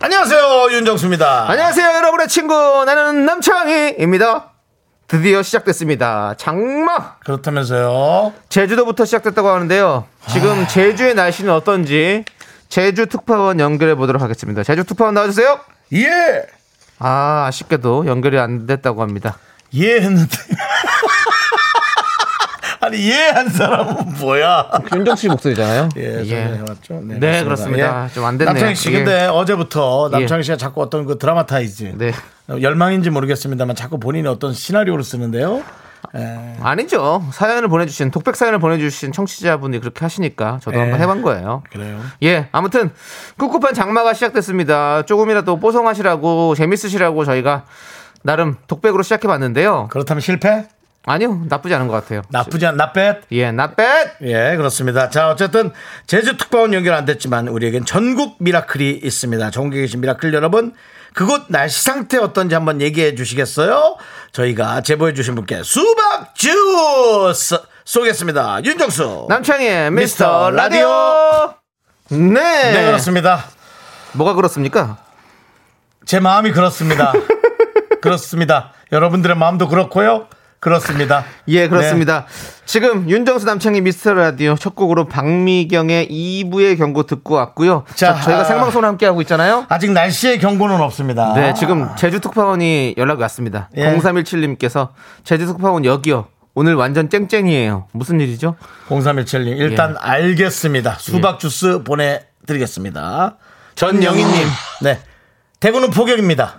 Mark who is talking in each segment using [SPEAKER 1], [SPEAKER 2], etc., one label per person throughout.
[SPEAKER 1] 안녕하세요 윤정수입니다.
[SPEAKER 2] 안녕하세요, 여러분의 친구. 나는 남창희입니다. 드디어 시작됐습니다. 장마!
[SPEAKER 1] 그렇다면서요.
[SPEAKER 2] 제주도부터 시작됐다고 하는데요.
[SPEAKER 1] 아.
[SPEAKER 2] 지금 제주의 날씨는 어떤지 제주 특파원 연결해 보도록 하겠습니다. 제주 특파원 나와주세요.
[SPEAKER 1] 예.
[SPEAKER 2] 아, 아쉽게도 연결이 안 됐다고 합니다.
[SPEAKER 1] 예 했는데. 아니 예 한 사람은 뭐야?
[SPEAKER 2] 윤정 씨 목소리잖아요.
[SPEAKER 1] 예, 전에 해왔죠. 네,
[SPEAKER 2] 네, 그렇습니다. 좀안 됐네요.
[SPEAKER 1] 남창희 씨,
[SPEAKER 2] 예.
[SPEAKER 1] 근데 어제부터 남창희 씨가 자꾸 어떤 그 드라마타이즈,
[SPEAKER 2] 네.
[SPEAKER 1] 어, 열망인지 모르겠습니다만 자꾸 본인이 어떤 시나리오를 쓰는데요. 예.
[SPEAKER 2] 아니죠. 사연을 보내주신, 독백 사연을 보내주신 청취자분이 그렇게 하시니까 저도 한번 해본 거예요.
[SPEAKER 1] 네. 그래요.
[SPEAKER 2] 예, 아무튼 꿉꿉한 장마가 시작됐습니다. 조금이라도 뽀송하시라고 재밌으시라고 저희가 나름 독백으로 시작해 봤는데요.
[SPEAKER 1] 그렇다면 실패?
[SPEAKER 2] 아니요, 나쁘지 않은 것 같아요.
[SPEAKER 1] 나쁘지 않, 나빼?
[SPEAKER 2] 예, not bad.
[SPEAKER 1] 예, 그렇습니다. 자, 어쨌든 제주 특파원 연결 안 됐지만 우리에겐 전국 미라클이 있습니다. 전국에 계신 미라클 여러분, 그곳 날씨 상태 어떤지 한번 얘기해 주시겠어요? 저희가 제보해 주신 분께 수박 주스 쏘겠습니다. 윤정수.
[SPEAKER 2] 남창의
[SPEAKER 1] 미스터
[SPEAKER 2] 미스터
[SPEAKER 1] 라디오.
[SPEAKER 2] 라디오. 네.
[SPEAKER 1] 네, 그렇습니다.
[SPEAKER 2] 뭐가 그렇습니까?
[SPEAKER 1] 제 마음이 그렇습니다. 그렇습니다. 여러분들의 마음도 그렇고요. 그렇습니다.
[SPEAKER 2] 예, 그렇습니다.
[SPEAKER 1] 네.
[SPEAKER 2] 지금 윤정수 남창의 미스터 라디오 첫 곡으로 박미경의 2부의 경고 듣고 왔고요.
[SPEAKER 1] 자,
[SPEAKER 2] 자, 저희가
[SPEAKER 1] 아.
[SPEAKER 2] 생방송을 함께 하고 있잖아요.
[SPEAKER 1] 네. 아직 날씨의 경고는 없습니다.
[SPEAKER 2] 네, 지금 제주 특파원이 연락이 왔습니다.
[SPEAKER 1] 예.
[SPEAKER 2] 0317님께서 제주 특파원 여기요. 오늘 완전 쨍쨍이에요. 무슨 일이죠?
[SPEAKER 1] 0317님 일단
[SPEAKER 2] 예.
[SPEAKER 1] 알겠습니다. 수박 주스 보내드리겠습니다.
[SPEAKER 2] 전영희님.
[SPEAKER 1] 네. 대구는 폭염입니다.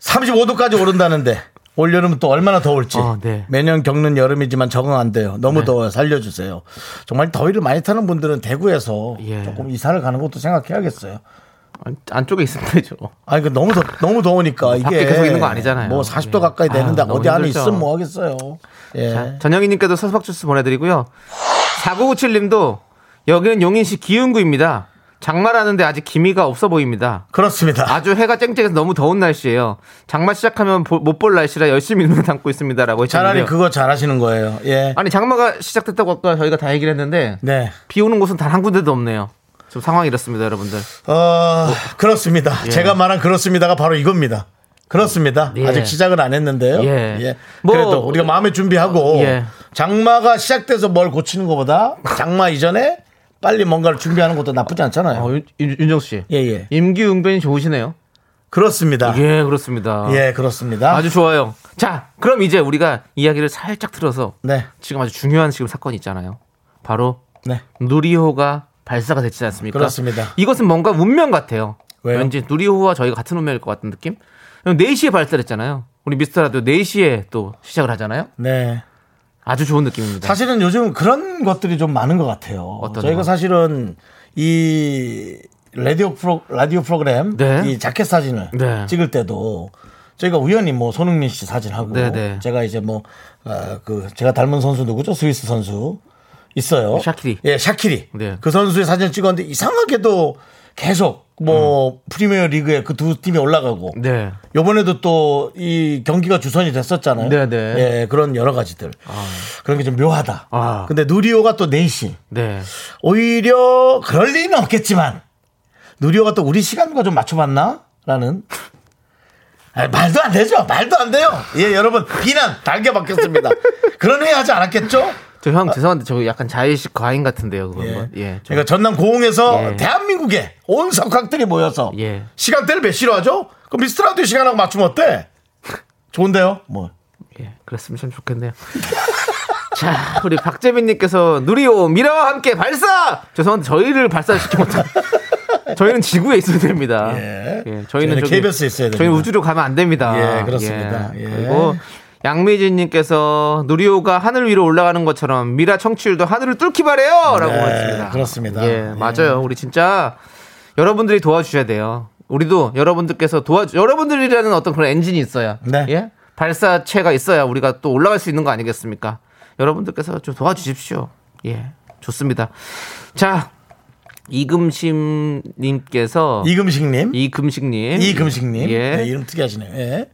[SPEAKER 1] 35도까지 오른다는데 올여름은 또 얼마나 더울지
[SPEAKER 2] 어, 네.
[SPEAKER 1] 매년 겪는 여름이지만 적응 안 돼요. 너무 더워요. 살려주세요. 정말 더위를 많이 타는 분들은 대구에서
[SPEAKER 2] 예.
[SPEAKER 1] 조금 이사를 가는 것도 생각해야겠어요.
[SPEAKER 2] 안- 안쪽에 있으면 되죠.
[SPEAKER 1] 아니 그 너무 더, 너무 더우니까 이게
[SPEAKER 2] 뭐 밖에 계속 있는 거 아니잖아요.
[SPEAKER 1] 뭐 40도
[SPEAKER 2] 예.
[SPEAKER 1] 가까이 되는데
[SPEAKER 2] 아유, 너무
[SPEAKER 1] 어디 안에
[SPEAKER 2] 힘들죠.
[SPEAKER 1] 있으면 뭐 하겠어요. 예.
[SPEAKER 2] 자, 전영희님께도 서박 주스 보내드리고요. 4997님도 여기는 용인시 기흥구입니다. 장마라는데 아직 기미가 없어 보입니다.
[SPEAKER 1] 그렇습니다.
[SPEAKER 2] 아주 해가 쨍쨍해서 너무 더운 날씨예요. 장마 시작하면 못 볼 날씨라 열심히 눈을 담고 있습니다라고
[SPEAKER 1] 차라리
[SPEAKER 2] 했잖아요.
[SPEAKER 1] 그거 잘하시는 거예요. 예.
[SPEAKER 2] 아니 장마가 시작됐다고 아까 저희가 다 얘기를 했는데
[SPEAKER 1] 네.
[SPEAKER 2] 비 오는 곳은 단 한 군데도 없네요. 지금 상황이 이렇습니다, 여러분들.
[SPEAKER 1] 어, 그렇습니다.
[SPEAKER 2] 예.
[SPEAKER 1] 제가 말한 그렇습니다가 바로 이겁니다. 그렇습니다.
[SPEAKER 2] 예.
[SPEAKER 1] 아직 시작은 안 했는데요.
[SPEAKER 2] 예.
[SPEAKER 1] 예.
[SPEAKER 2] 뭐-
[SPEAKER 1] 그래도 우리가 마음의 준비하고
[SPEAKER 2] 예.
[SPEAKER 1] 장마가 시작돼서 뭘 고치는 것보다 장마 이전에 빨리 뭔가를 준비하는 것도 나쁘지 않잖아요.
[SPEAKER 2] 어, 윤, 윤- 윤정수 씨.
[SPEAKER 1] 예, 예.
[SPEAKER 2] 임기응변이 좋으시네요.
[SPEAKER 1] 그렇습니다. 예,
[SPEAKER 2] 예, 그렇습니다.
[SPEAKER 1] 그렇습니다.
[SPEAKER 2] 아주 좋아요. 자, 그럼 이제 우리가 이야기를 살짝 틀어서
[SPEAKER 1] 네.
[SPEAKER 2] 지금 아주 중요한 지금 사건이 있잖아요. 바로
[SPEAKER 1] 네.
[SPEAKER 2] 누리호가 발사가 됐지 않습니까?
[SPEAKER 1] 그렇습니다.
[SPEAKER 2] 이것은 뭔가 운명 같아요.
[SPEAKER 1] 왜요?
[SPEAKER 2] 왠지 누리호와 저희가 같은 운명일 것 같은 느낌? 그럼 4시에 발사됐잖아요. 우리 미스터라도 4시에 또 시작을 하잖아요.
[SPEAKER 1] 네.
[SPEAKER 2] 아주 좋은 느낌입니다.
[SPEAKER 1] 사실은 요즘 그런 것들이 좀 많은 것 같아요.
[SPEAKER 2] 어떠냐?
[SPEAKER 1] 저희가 사실은 이 라디오 프로 라디오 프로그램
[SPEAKER 2] 네.
[SPEAKER 1] 이 자켓 사진을
[SPEAKER 2] 네.
[SPEAKER 1] 찍을 때도 저희가 우연히 뭐 손흥민 씨 사진하고
[SPEAKER 2] 네, 네.
[SPEAKER 1] 제가 이제 뭐 그 제가 닮은 선수 누구죠? 스위스 선수 있어요.
[SPEAKER 2] 네, 샤키리.
[SPEAKER 1] 예, 샤키리.
[SPEAKER 2] 네.
[SPEAKER 1] 그 선수의 사진 찍었는데 이상하게도 계속 뭐 프리미어 리그에 그 두 팀이 올라가고
[SPEAKER 2] 네.
[SPEAKER 1] 요번에도 또 이 경기가 주선이 됐었잖아요.
[SPEAKER 2] 네네.
[SPEAKER 1] 예, 그런 여러 가지들. 그런 게 좀 묘하다.
[SPEAKER 2] 아.
[SPEAKER 1] 근데 누리호가 또 4시.
[SPEAKER 2] 네.
[SPEAKER 1] 오히려 그럴 리는 없겠지만 누리호가 또 우리 시간과 좀 맞춰봤나? 라는. 아, 말도 안 되죠. 말도 안 돼요. 예, 여러분. 비난 달게 받겠습니다. 그런 회의 하지 않았겠죠?
[SPEAKER 2] 저 형 죄송한데 저 약간 자의식 과잉 같은데요, 그건. 뭐. 예. 좀.
[SPEAKER 1] 아. 그러니까 전남 고흥에서
[SPEAKER 2] 예.
[SPEAKER 1] 대한민국에 온 석학들이 모여서
[SPEAKER 2] 예.
[SPEAKER 1] 시간대를 몇 시로 하죠? 그럼 미스트라디오 시간하고 맞추면 어때? 좋은데요? 뭐.
[SPEAKER 2] 예, 그랬으면 참 좋겠네요. 자, 우리 박재민님께서 누리호 미라와 함께 발사. 죄송한데 저희를 발사시키 못한. 저희는 지구에 있어야 됩니다.
[SPEAKER 1] 예. 저희는
[SPEAKER 2] 저희는 저기-
[SPEAKER 1] KBS 에 있어야 됩니다.
[SPEAKER 2] 저희 우주로 가면 안 됩니다.
[SPEAKER 1] 예, 그렇습니다. 예.
[SPEAKER 2] 그리고 양미진님께서 누리호가 하늘 위로 올라가는 것처럼 미라 청취율도 하늘을 뚫기 바래요라고
[SPEAKER 1] 네,
[SPEAKER 2] 했습니다.
[SPEAKER 1] 그렇습니다.
[SPEAKER 2] 예,
[SPEAKER 1] 예.
[SPEAKER 2] 맞아요. 우리 진짜 여러분들이 도와주셔야 돼요. 우리도 여러분들께서 도와주 여러분들이라는 어떤 그런 엔진이 있어야
[SPEAKER 1] 네.
[SPEAKER 2] 예? 발사체가 있어야 우리가 또 올라갈 수 있는 거 아니겠습니까? 여러분들께서 좀 도와주십시오. 예, 좋습니다. 자, 이금심님께서
[SPEAKER 1] 이금식님.
[SPEAKER 2] 이금식님,
[SPEAKER 1] 이금식님.
[SPEAKER 2] 예,
[SPEAKER 1] 네, 이름 특이하시네요. 예.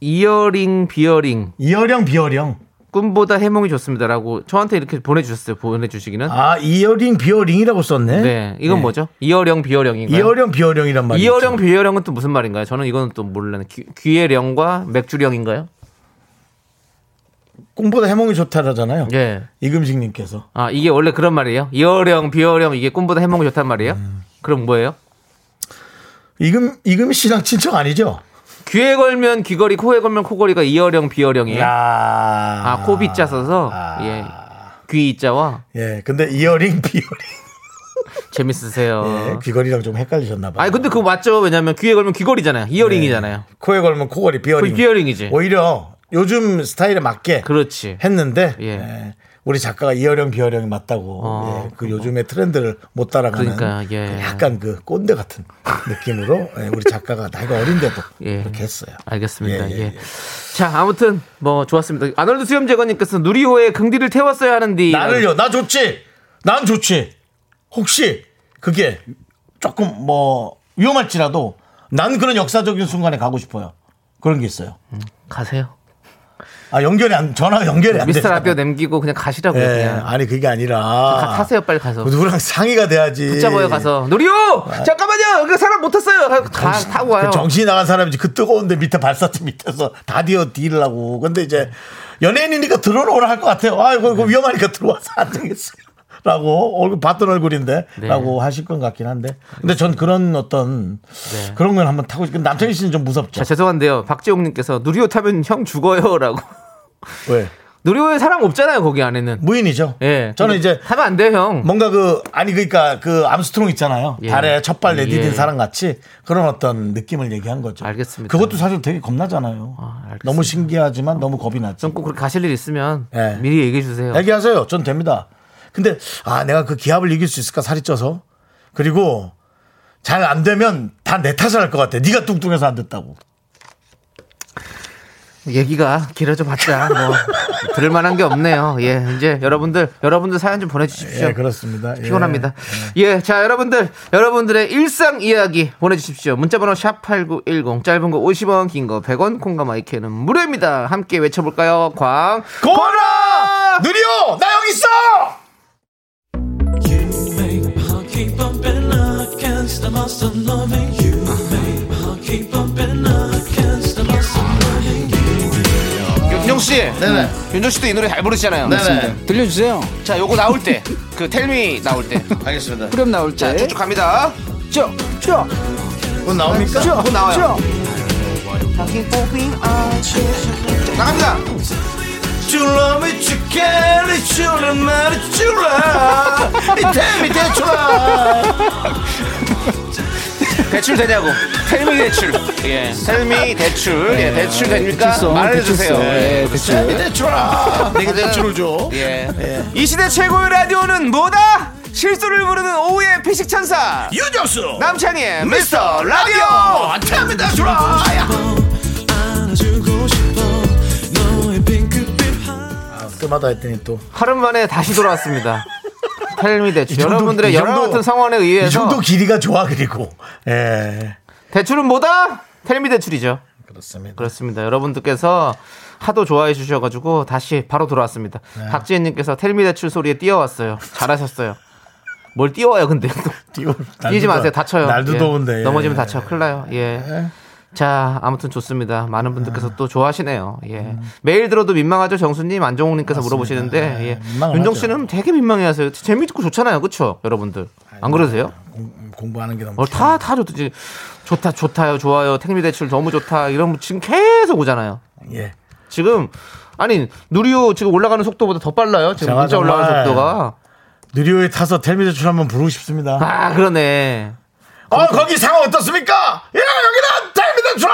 [SPEAKER 2] 이어링 비어링
[SPEAKER 1] 이어령 비어령.
[SPEAKER 2] 꿈보다 해몽이 좋습니다라고 저한테 이렇게 보내주셨어요. 보내주시기는
[SPEAKER 1] 아 이어링 비어링이라고 썼네.
[SPEAKER 2] 네, 이건
[SPEAKER 1] 네.
[SPEAKER 2] 뭐죠? 이어령 비어령인가요?
[SPEAKER 1] 이어령 비어령이란 말이죠.
[SPEAKER 2] 이어령 비어령은 또 무슨 말인가요? 저는 이거는 또 몰라요. 귀, 귀의령과 맥주령인가요?
[SPEAKER 1] 꿈보다 해몽이 좋다라잖아요.
[SPEAKER 2] 예.
[SPEAKER 1] 이금식님께서
[SPEAKER 2] 아 이게 원래 그런 말이에요? 이어령 비어령 이게 꿈보다 해몽이 좋단 말이에요?
[SPEAKER 1] 음.
[SPEAKER 2] 그럼 뭐예요?
[SPEAKER 1] 이금 이금 씨랑 친척 아니죠?
[SPEAKER 2] 귀에 걸면 귀걸이, 코에 걸면 코걸이가 이어령 비어령이에요.
[SPEAKER 1] 야.
[SPEAKER 2] 예. 아 코비자 써서
[SPEAKER 1] 아.
[SPEAKER 2] 예. 귀이자와
[SPEAKER 1] 예. 근데 이어링 비어링.
[SPEAKER 2] 재밌으세요.
[SPEAKER 1] 예, 귀걸이랑 좀 헷갈리셨나 봐요.
[SPEAKER 2] 어. 아니 근데 그거 맞죠? 왜냐면 귀에 걸면 귀걸이잖아요. 이어링이잖아요.
[SPEAKER 1] 코에 걸면 코걸이 비어링.
[SPEAKER 2] 그 비어링이지. 그렇죠.
[SPEAKER 1] 오히려 요즘 스타일에 맞게
[SPEAKER 2] 그렇지.
[SPEAKER 1] 했는데
[SPEAKER 2] 예.
[SPEAKER 1] 예, 우리 작가가 이어령 비어령이 맞다고
[SPEAKER 2] 어,
[SPEAKER 1] 예, 그 요즘의 트렌드를 못 따라가는
[SPEAKER 2] 그러니까, 예.
[SPEAKER 1] 그 약간 그 꼰대 같은 느낌으로 예, 우리 작가가 나이가 어린데도
[SPEAKER 2] 예.
[SPEAKER 1] 그렇게 했어요.
[SPEAKER 2] 알겠습니다.
[SPEAKER 1] 예,
[SPEAKER 2] 예,
[SPEAKER 1] 예, 예.
[SPEAKER 2] 자, 아무튼 뭐 좋았습니다. 아놀드 수염제거님께서 누리호에 긍디를 태웠어야 하는데
[SPEAKER 1] 예. 나를요, 나 좋지, 난 좋지. 혹시 그게 조금 뭐 위험할지라도 난 그런 역사적인 순간에 가고 싶어요. 그런 게 있어요.
[SPEAKER 2] 가세요.
[SPEAKER 1] 아 연결이 안 전화 연결이 안 돼.
[SPEAKER 2] 미스터 라디오 남기고 그냥 가시라고요.
[SPEAKER 1] 예,
[SPEAKER 2] 그냥
[SPEAKER 1] 아니 그게
[SPEAKER 2] 가,
[SPEAKER 1] 아니라 예,
[SPEAKER 2] 타세요 빨리 가서.
[SPEAKER 1] 누구랑 상의가 돼야지.
[SPEAKER 2] 붙잡아요 가서 누리호 잠깐만요. 여기 사람 못 탔어요. 가- 가, 아, 타고 와요.
[SPEAKER 1] 아. 그 정신이 나간 사람이지 그 뜨거운데 밑에 발사체 밑에서 다 디어 딜을 하고 근데 이제 연예인이니까 들어오라 할 것 같아요 아이고
[SPEAKER 2] 네.
[SPEAKER 1] 이거 위험하니까 들어와서 안 되겠어요 라고 얼굴 봤던 얼굴인데
[SPEAKER 2] 네.
[SPEAKER 1] 라고 하실 것 같긴 한데 근데 전 그런 어떤
[SPEAKER 2] 네.
[SPEAKER 1] 그런 걸 한번 타고 싶- 근데 남창희 씨는 좀 무섭죠
[SPEAKER 2] 자 죄송한데요. 박지용님께서 누리호 타면 형 죽어요라고.
[SPEAKER 1] 왜
[SPEAKER 2] 누리호에 사람 없잖아요 거기 안에는.
[SPEAKER 1] 무인이죠
[SPEAKER 2] 예.
[SPEAKER 1] 저는 이제
[SPEAKER 2] 타면 안 돼요 형.
[SPEAKER 1] 뭔가 그 아니 그러니까 그 암스트롱 있잖아요
[SPEAKER 2] 예.
[SPEAKER 1] 달에 첫발 내디딘
[SPEAKER 2] 예.
[SPEAKER 1] 사람 같이 그런 어떤 느낌을 얘기한 거죠
[SPEAKER 2] 알겠습니다.
[SPEAKER 1] 그것도 사실 되게 겁나잖아요
[SPEAKER 2] 알겠습니다.
[SPEAKER 1] 너무 신기하지만 너무 겁이 나죠
[SPEAKER 2] 좀 꼭 그렇게 가실 일 있으면
[SPEAKER 1] 예.
[SPEAKER 2] 미리 얘기해 주세요.
[SPEAKER 1] 얘기하세요. 전 됩니다. 근데 아 내가 그 기합을 이길 수 있을까 살이 쪄서 그리고 잘 안 되면 다 내 탓을 할 것 같아. 네가 뚱뚱해서 안 됐다고.
[SPEAKER 2] 얘기가 길어져봤자 뭐 들을 만한 게 없네요. 예, 이제 여러분들 여러분들 사연 좀 보내주십시오.
[SPEAKER 1] 예, 그렇습니다. 예.
[SPEAKER 2] 피곤합니다. 예. 자 여러분들 여러분들의 일상 이야기 보내주십시오. 문자번호 샵 #8910 짧은 거 50원, 긴 거 100원, 콩과 마이크는 무료입니다. 함께 외쳐볼까요? 광.
[SPEAKER 1] 고라 느려 나 여기 있어.
[SPEAKER 3] You make my heart keep bumping against the must of loving you. Make my heart keep bumping against the must of loving you.
[SPEAKER 2] 윤종 씨, 네네. 윤종 씨도 이 노래 잘 부르시잖아요.
[SPEAKER 1] 네네.
[SPEAKER 4] 들려주세요.
[SPEAKER 2] 자 요거 나올 때 그 텔미 나올 때
[SPEAKER 1] 알겠습니다.
[SPEAKER 4] 그럼 나올 때.
[SPEAKER 2] 쭉쭉 갑니다.
[SPEAKER 4] 쭉, 쭉,
[SPEAKER 1] 곧 나옵니까?
[SPEAKER 4] 쭉,
[SPEAKER 2] 쭉 나와요.
[SPEAKER 4] 쭉.
[SPEAKER 2] 나갑니다.
[SPEAKER 1] You love me, you care, you love me, you love. 이 템이 대출아.
[SPEAKER 2] 대출 되냐고. 텔미 대출. 예. 텔미 대출.
[SPEAKER 1] 네.
[SPEAKER 2] 예. 대출 됩니까?
[SPEAKER 4] 대출성,
[SPEAKER 2] 말해주세요.
[SPEAKER 4] 대출성. 예, 대출.
[SPEAKER 1] 이 네, 그 대출아. 내게 대출을 줘. 네.
[SPEAKER 2] 예. 이 시대 최고의 라디오는 뭐다? 실수를 부르는 오후의 피식 천사
[SPEAKER 1] 유정수.
[SPEAKER 2] 남창희의 미스터
[SPEAKER 1] 라디오. 템이 대출아.
[SPEAKER 3] 안아주고 싶어. 너의 핑크빛 하-
[SPEAKER 1] 때마다 했더니 또.
[SPEAKER 2] 하루 만에 다시 돌아왔습니다. 텔미 대출
[SPEAKER 1] 정도,
[SPEAKER 2] 여러분들의
[SPEAKER 1] 이 정도,
[SPEAKER 2] 여러 같은 상황에 의해서
[SPEAKER 1] 이 정도 길이가 좋아 그리고 예
[SPEAKER 2] 대출은 뭐다? 텔미 대출이죠.
[SPEAKER 1] 그렇습니다.
[SPEAKER 2] 그렇습니다. 여러분들께서 하도 좋아해 주셔가지고 다시 바로 돌아왔습니다.
[SPEAKER 1] 네.
[SPEAKER 2] 박지혜님께서 텔미 대출 소리에 뛰어왔어요. 잘하셨어요. 뭘 뛰어와요, 근데 또.
[SPEAKER 1] 뛰어- 날도
[SPEAKER 2] 뛰지 마세요.
[SPEAKER 1] 더워-
[SPEAKER 2] 다쳐요.
[SPEAKER 1] 날도
[SPEAKER 2] 예.
[SPEAKER 1] 더운데 예.
[SPEAKER 2] 넘어지면 다쳐. 큰일 나요. 예. 자, 아무튼 좋습니다. 많은 분들께서 또 좋아하시네요. 예. 매일 들어도 민망하죠, 정수님, 안정욱님께서 물어보시는데,
[SPEAKER 1] 음. 예,
[SPEAKER 2] 예.
[SPEAKER 1] 민망은
[SPEAKER 2] 윤정
[SPEAKER 1] 하죠.
[SPEAKER 2] 씨는 되게 민망해하세요. 재밌고 좋잖아요, 그렇죠, 여러분들. 안 그러세요?
[SPEAKER 1] 공- 공부하는 게 너무
[SPEAKER 2] 어, 다, 다 좋지. 좋다, 좋다요, 좋아요. 택미 대출 너무 좋다. 이런 분 지금 계속 오잖아요.
[SPEAKER 1] 예.
[SPEAKER 2] 지금 아니 누리호 지금 올라가는 속도보다 더 빨라요. 지금
[SPEAKER 1] 제가
[SPEAKER 2] 문자 올라가는
[SPEAKER 1] 정말-
[SPEAKER 2] 속도가.
[SPEAKER 1] 느리호에 타서 텔미대출 한번 부르고 싶습니다.
[SPEAKER 2] 아 그러네.
[SPEAKER 1] 어 거기 상황 어떻습니까? 예 여기는 텔미대출!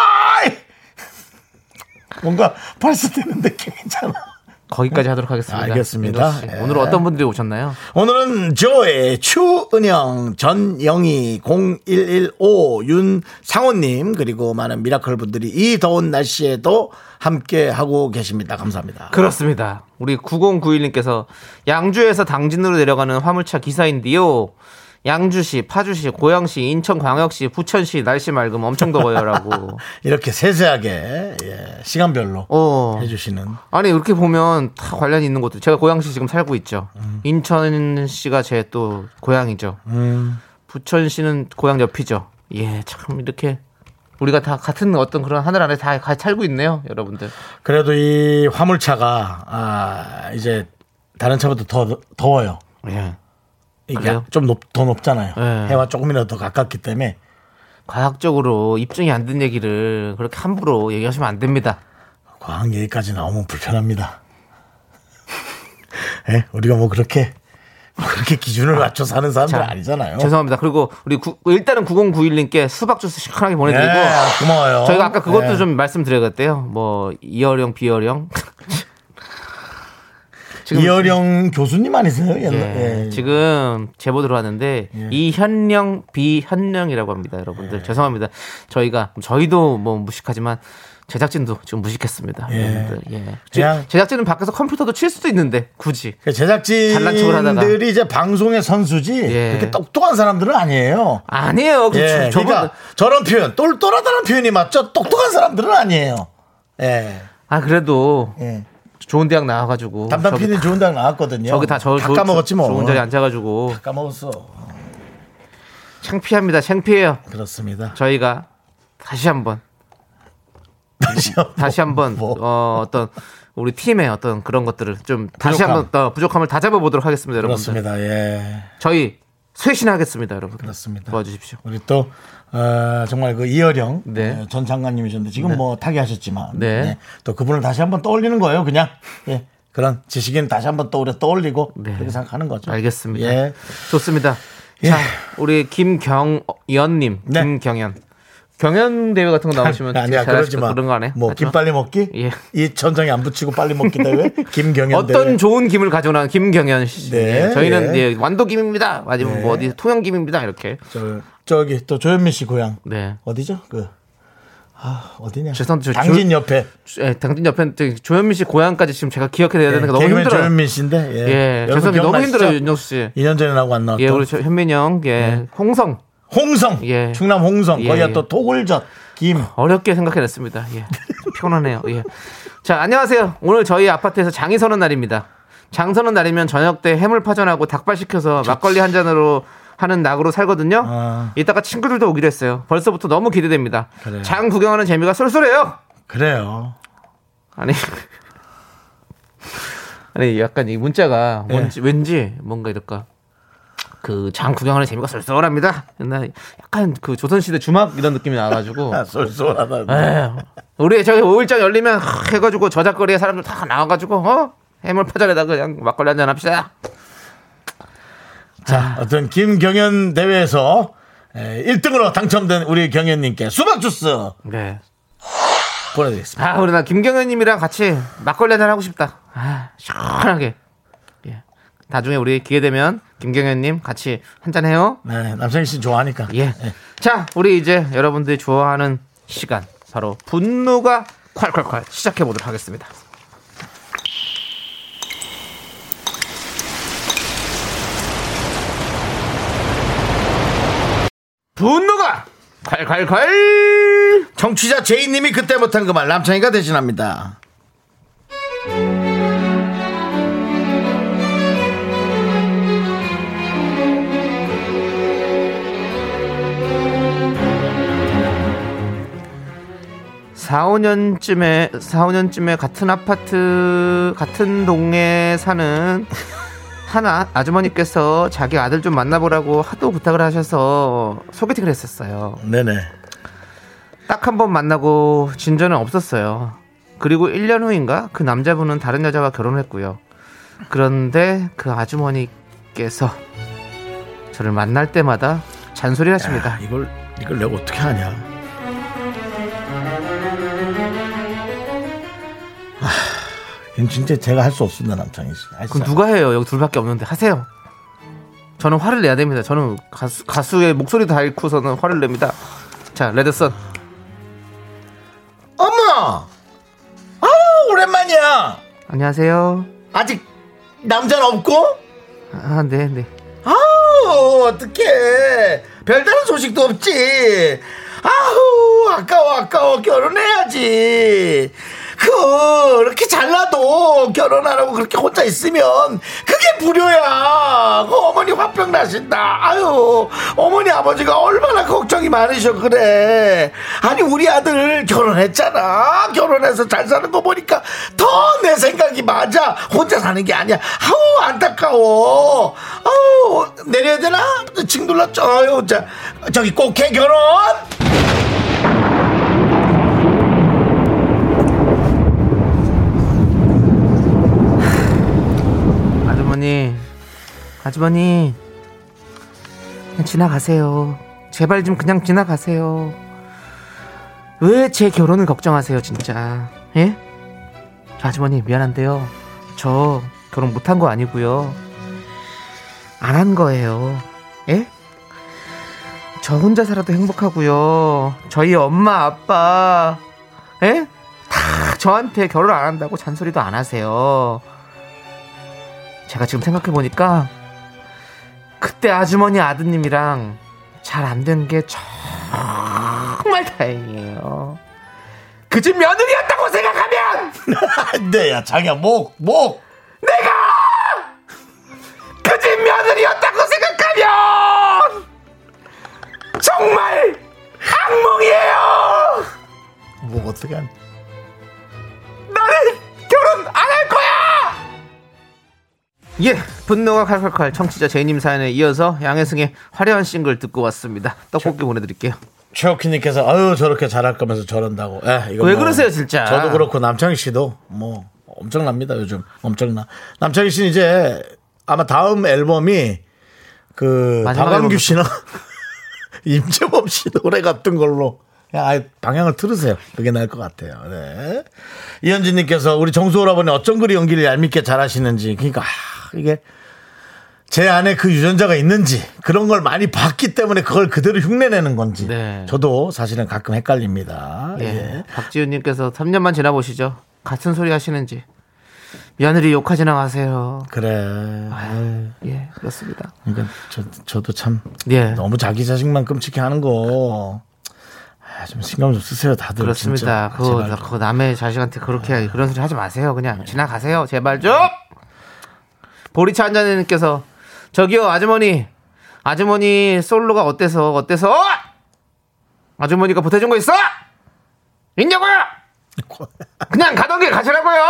[SPEAKER 1] 뭔가 벌써 되는 느낌이잖아.
[SPEAKER 2] 거기까지 하도록 하겠습니다.
[SPEAKER 1] 음. 알겠습니다.
[SPEAKER 2] 윤종 씨,
[SPEAKER 1] 예.
[SPEAKER 2] 오늘 어떤 분들이 오셨나요?
[SPEAKER 1] 오늘은 조의 추은영, 전영희, 0115, 윤상호님, 그리고 많은 미라클 분들이 이 더운 날씨에도 함께 하고 계십니다. 감사합니다.
[SPEAKER 2] 그렇습니다. 우리 9091님께서 양주에서 당진으로 내려가는 화물차 기사인데요. 양주시, 파주시, 고양시, 인천광역시, 부천시 날씨 맑음 엄청 더워요라고.
[SPEAKER 1] 이렇게 세세하게, 예, 시간별로
[SPEAKER 2] 어.
[SPEAKER 1] 해주시는.
[SPEAKER 2] 아니 이렇게 보면 다 관련이 있는 것도 제가 고양시 지금 살고 있죠. 인천시가 제 또 고향이죠.
[SPEAKER 1] 음.
[SPEAKER 2] 음. 부천시는 고향 옆이죠. 예, 참 이렇게 우리가 다 같은 어떤 그런 하늘 안에 다 같이 살고 있네요, 여러분들.
[SPEAKER 1] 그래도 이 화물차가, 아, 이제 다른 차보다 더 더워요.
[SPEAKER 2] 예.
[SPEAKER 1] 이게
[SPEAKER 2] 그래요?
[SPEAKER 1] 좀 높, 더 높잖아요.
[SPEAKER 2] 네.
[SPEAKER 1] 해와 조금이라도 더 가깝기 때문에.
[SPEAKER 2] 과학적으로 입증이 안 된 얘기를 그렇게 함부로 얘기하시면 안 됩니다.
[SPEAKER 1] 과학 얘기까지 나오면 불편합니다. 예? 우리가 뭐 그렇게 뭐 그렇게 기준을 맞춰 사는 사람들
[SPEAKER 2] 자,
[SPEAKER 1] 아니잖아요.
[SPEAKER 2] 죄송합니다. 그리고 우리 구- 일단은 9091님께 수박 주스 시원하게
[SPEAKER 1] 예,
[SPEAKER 2] 보내드리고
[SPEAKER 1] 고마워요.
[SPEAKER 2] 저희가 아까 그것도
[SPEAKER 1] 예.
[SPEAKER 2] 좀 말씀드려야겠대요. 뭐 이어령 비어령 지금-
[SPEAKER 1] 이어령 교수님 아니세요? 옛날-
[SPEAKER 2] 예,
[SPEAKER 1] 예.
[SPEAKER 2] 지금 제보 들어왔는데 이현령 비현령이라고 합니다,
[SPEAKER 1] 예.
[SPEAKER 2] 여러분들. 죄송합니다. 저희가 저희도 뭐 무식하지만 제작진도 좀 무식했습니다.
[SPEAKER 1] 예.
[SPEAKER 2] 여러분들. 예.
[SPEAKER 1] 그냥-
[SPEAKER 2] 제- 제작진은 밖에서 컴퓨터도 칠 수도 있는데 굳이
[SPEAKER 1] 그
[SPEAKER 2] 잘난 척을 하다가.
[SPEAKER 1] 제작진들이 이제 방송의 선수지
[SPEAKER 2] 예.
[SPEAKER 1] 그렇게 똑똑한 사람들은 아니에요.
[SPEAKER 2] 아니에요. 그
[SPEAKER 1] 예,
[SPEAKER 2] 저, 분
[SPEAKER 1] 그러니까 저런 표현 똘똘하다는 표현이 맞죠? 똑똑한 사람들은 아니에요. 예,
[SPEAKER 2] 아 그래도
[SPEAKER 1] 예.
[SPEAKER 2] 좋은 대학 나와가지고
[SPEAKER 1] 담당
[SPEAKER 2] 저기
[SPEAKER 1] PD는 좋은 날 나왔거든요.
[SPEAKER 2] 저기 다저
[SPEAKER 1] 다 까먹었지 뭐.
[SPEAKER 2] 좋은 자리 앉아가지고
[SPEAKER 1] 까먹었어.
[SPEAKER 2] 창피합니다. 창피해요.
[SPEAKER 1] 그렇습니다.
[SPEAKER 2] 저희가 다시 한번
[SPEAKER 1] 다시 한번.
[SPEAKER 2] 다시 한번
[SPEAKER 1] 뭐.
[SPEAKER 2] 어, 어떤 우리 팀의 어떤 그런 것들을 좀 다시
[SPEAKER 1] 부족함.
[SPEAKER 2] 한번 더 부족함을 다 잡아보도록 하겠습니다, 여러분들.
[SPEAKER 1] 그렇습니다. 예.
[SPEAKER 2] 저희 쇄신하겠습니다, 여러분.
[SPEAKER 1] 그렇습니다.
[SPEAKER 2] 도와주십시오.
[SPEAKER 1] 우리 또 어, 정말 그 이어령
[SPEAKER 2] 네.
[SPEAKER 1] 어, 전 장관님이셨는데 지금 뭐 타계하셨지만
[SPEAKER 2] 네.
[SPEAKER 1] 예, 또 그분을 다시 한번 떠올리는 거예요, 그냥. 예. 그런 지식인 다시 한번 떠올려 떠올리고
[SPEAKER 2] 네.
[SPEAKER 1] 그렇게 생각하는 거죠.
[SPEAKER 2] 알겠습니다.
[SPEAKER 1] 예.
[SPEAKER 2] 좋습니다.
[SPEAKER 1] 예.
[SPEAKER 2] 자, 우리 김경연님,
[SPEAKER 1] 네.
[SPEAKER 2] 김경연. 경연 대회 같은 거 나오시면
[SPEAKER 1] 아니야 그러지
[SPEAKER 2] 잘하실
[SPEAKER 1] 마.
[SPEAKER 2] 거 그런 거 안 해요?
[SPEAKER 1] 뭐
[SPEAKER 2] 하지 마.
[SPEAKER 1] 김 빨리 먹기?
[SPEAKER 2] 예.
[SPEAKER 1] 이 천장에 안 붙이고 빨리 먹기 대회? 김경현
[SPEAKER 2] 어떤
[SPEAKER 1] 대회.
[SPEAKER 2] 좋은 김을 가져오는 김경연 씨.
[SPEAKER 1] 네,
[SPEAKER 2] 예, 저희는
[SPEAKER 1] 예. 네.
[SPEAKER 2] 예, 완도김입니다. 아니면 뭐 어디 통영김입니다. 이렇게.
[SPEAKER 1] 저, 저기 또 조현민 씨 고향
[SPEAKER 2] 네.
[SPEAKER 1] 어디죠? 그 아, 어디냐?
[SPEAKER 2] 죄송한데 저
[SPEAKER 1] 당신
[SPEAKER 2] 조-
[SPEAKER 1] 옆에
[SPEAKER 2] 예, 당진 옆에 저기 조현민 씨 고향까지 지금 제가 기억해야 되는 게 네, 너무
[SPEAKER 1] 네, 예, 개그맨
[SPEAKER 2] 힘들어요.
[SPEAKER 1] 조현민 씨인데 예.
[SPEAKER 2] 예,
[SPEAKER 1] 여러분
[SPEAKER 2] 죄송합니다. 너무
[SPEAKER 1] 기억나시죠? 아, 네.
[SPEAKER 2] 힘들어요, 윤정수 씨.
[SPEAKER 1] 2년 전에 나고 안 나왔던
[SPEAKER 2] 예, 우리 저- 현민이 형, 예, 홍성
[SPEAKER 1] 홍성
[SPEAKER 2] 예.
[SPEAKER 1] 충남 홍성
[SPEAKER 2] 예,
[SPEAKER 1] 거기가
[SPEAKER 2] 예.
[SPEAKER 1] 또 토굴젓 김
[SPEAKER 2] 어렵게 생각해냈습니다. 예, 피곤하네요. 예, 자 안녕하세요. 오늘 저희 아파트에서 장이 서는 날입니다. 장 서는 날이면 저녁 때 해물 파전하고 닭발 시켜서 막걸리 한 잔으로 하는 낙으로 살거든요.
[SPEAKER 1] 아.
[SPEAKER 2] 이따가 친구들도 오기로 했어요. 벌써부터 너무 기대됩니다.
[SPEAKER 1] 그래요.
[SPEAKER 2] 장 구경하는 재미가 쏠쏠해요.
[SPEAKER 1] 그래요
[SPEAKER 2] 아니. 아니 약간 이 문자가
[SPEAKER 1] 예.
[SPEAKER 2] 뭔지 왠지 뭔가 이럴까 그 장 구경하는 재미가 쏠쏠합니다. 옛날 약간 그 조선시대 주막 이런 느낌이 나가지고
[SPEAKER 1] 아, 쏠쏠하다
[SPEAKER 2] 에휴, 예. 우리 저기 5일장 열리면 하- 해가지고 저작거리에 사람들 다 나와가지고 어 해물파전에다 그냥 막걸리 한잔 합시다.
[SPEAKER 1] 자 어떤 김경연 대회에서 예, 1등으로 당첨된 우리 경연님께 수박 주스
[SPEAKER 2] 네.
[SPEAKER 1] 보내드리겠습니다
[SPEAKER 2] 아 우리 나 김경현님이랑 같이 막걸리 한잔 하고 싶다. 아 시원하게. 예. 나중에 우리 기회 되면 김경현님 같이 한잔 해요.
[SPEAKER 1] 네, 남창희 씨 좋아하니까
[SPEAKER 2] 예. 자, 우리 이제 여러분들이 좋아하는 시간 바로 분노가 콸콸콸 시작해 보도록 하겠습니다. 분노가 콸콸콸
[SPEAKER 1] 정취자 제이님이 그때 못한 그 말 남창희가 대신합니다
[SPEAKER 2] 사오년쯤에사오년쯤에 같은 아파트 같은 동에 사는 한 아, 아주머니께서 자기 아들 좀 만나보라고 하도 부탁을 하셔서 소개팅을 했었어요.
[SPEAKER 1] 네네
[SPEAKER 2] 딱 한 번 만나고 진전은 없었어요. 그리고 1년 후인가 그 남자분은 다른 여자와 결혼했고요. 그런데 그 아주머니께서 저를 만날 때마다 잔소리를 하십니다.
[SPEAKER 1] 아, 이걸 이걸 내가 어떻게 하냐 아, 이건 진짜 제가 할 수 없습니다, 남창희 씨. 아,
[SPEAKER 2] 그럼
[SPEAKER 1] 진짜.
[SPEAKER 2] 누가 해요? 여기 둘밖에 없는데 하세요. 저는 화를 내야 됩니다. 저는 가수, 가수의 목소리 다 잃고서는 화를 냅니다. 자, 레드썬.
[SPEAKER 1] 어머! 아우, 오랜만이야!
[SPEAKER 2] 안녕하세요.
[SPEAKER 1] 아직 남자는 없고?
[SPEAKER 2] 아, 네, 네.
[SPEAKER 1] 아우, 어떡해. 별다른 소식도 없지. 아우, 아까워, 아까워. 결혼해야지. 그렇게 잘나도 결혼하라고 그렇게 혼자 있으면 그게 불효야. 그 어머니 화병 나신다. 아유, 어머니 아버지가 얼마나 걱정이 많으셔 그래. 아니 우리 아들 결혼했잖아. 결혼해서 잘 사는 거 보니까 더 내 생각이 맞아. 혼자 사는 게 아니야. 아우 안타까워. 아우 내려야 되나? 층 눌렀죠. 아유, 자, 저기 꼭해 결혼.
[SPEAKER 2] 아주머니, 아주머니, 그냥 지나가세요. 제발 좀 그냥 지나가세요. 왜 제 결혼을 걱정하세요, 진짜? 예? 아주머니 미안한데요. 저 결혼 못한 거 아니고요. 안 한 거예요. 예? 저 혼자 살아도 행복하고요. 저희 엄마 아빠, 예? 다 저한테 결혼 안 한다고 잔소리도 안 하세요. 제가 지금 생각해보니까 그때 아주머니 아드님이랑 잘 안 된 게 정말 다행이에요. 그 집 며느리였다고 생각하면
[SPEAKER 1] 안돼 네, 야 자기야 목 목.
[SPEAKER 2] 내가 그 집 며느리였다고 생각하면 정말 악몽이에요.
[SPEAKER 1] 목 어떻게 안?
[SPEAKER 2] 나는 결혼 안 할 거야! 예, 분노가 칼칼칼 청취자 제이님 사연에 이어서 양혜승의 화려한 싱글 듣고 왔습니다. 떡볶이 보내드릴게요.
[SPEAKER 1] 최옥희님께서 아유 저렇게 잘할 거면서 저런다고. 에, 이거 뭐
[SPEAKER 2] 왜 그러세요, 진짜?
[SPEAKER 1] 저도 그렇고 남창희 씨도 뭐 엄청납니다 요즘 엄청나. 남창희 씨는 이제 아마 다음 앨범이 그
[SPEAKER 2] 마지막
[SPEAKER 1] 박완규
[SPEAKER 2] 앨범부터.
[SPEAKER 1] 씨나 임재범 씨 노래 같은 걸로 그냥 아예 방향을 틀으세요. 그게 나을 것 같아요. 네. 이현진님께서 우리 정수호라버니 어쩜 그리 연기를 얄밉게 잘하시는지 그러니까 아, 이게 제 안에 그 유전자가 있는지 그런 걸 많이 봤기 때문에 그걸 그대로 흉내내는 건지
[SPEAKER 2] 네.
[SPEAKER 1] 저도 사실은 가끔 헷갈립니다.
[SPEAKER 2] 예,
[SPEAKER 1] 예.
[SPEAKER 2] 박지훈님께서 3년만 지나보시죠. 같은 소리 하시는지. 며느리 욕하지나 마세요.
[SPEAKER 1] 그래.
[SPEAKER 2] 아유, 예, 그렇습니다.
[SPEAKER 1] 그러니까 저, 저도 참
[SPEAKER 2] 예.
[SPEAKER 1] 너무 자기 자식만 끔찍해 하는 거. 아, 좀 신경 좀 쓰세요, 다들.
[SPEAKER 2] 그렇습니다.
[SPEAKER 1] 진짜.
[SPEAKER 2] 그거,
[SPEAKER 1] 제발.
[SPEAKER 2] 그거 남의 자식한테 그렇게 그런 소리 하지 마세요. 그냥 지나가세요. 제발 좀. 보리차 한잔님께서 저기요 아주머니 아주머니 솔로가 어때서 어때서 아주머니가 보태준 거 있어? 있냐고요? 그냥 가던 길 가시라고요.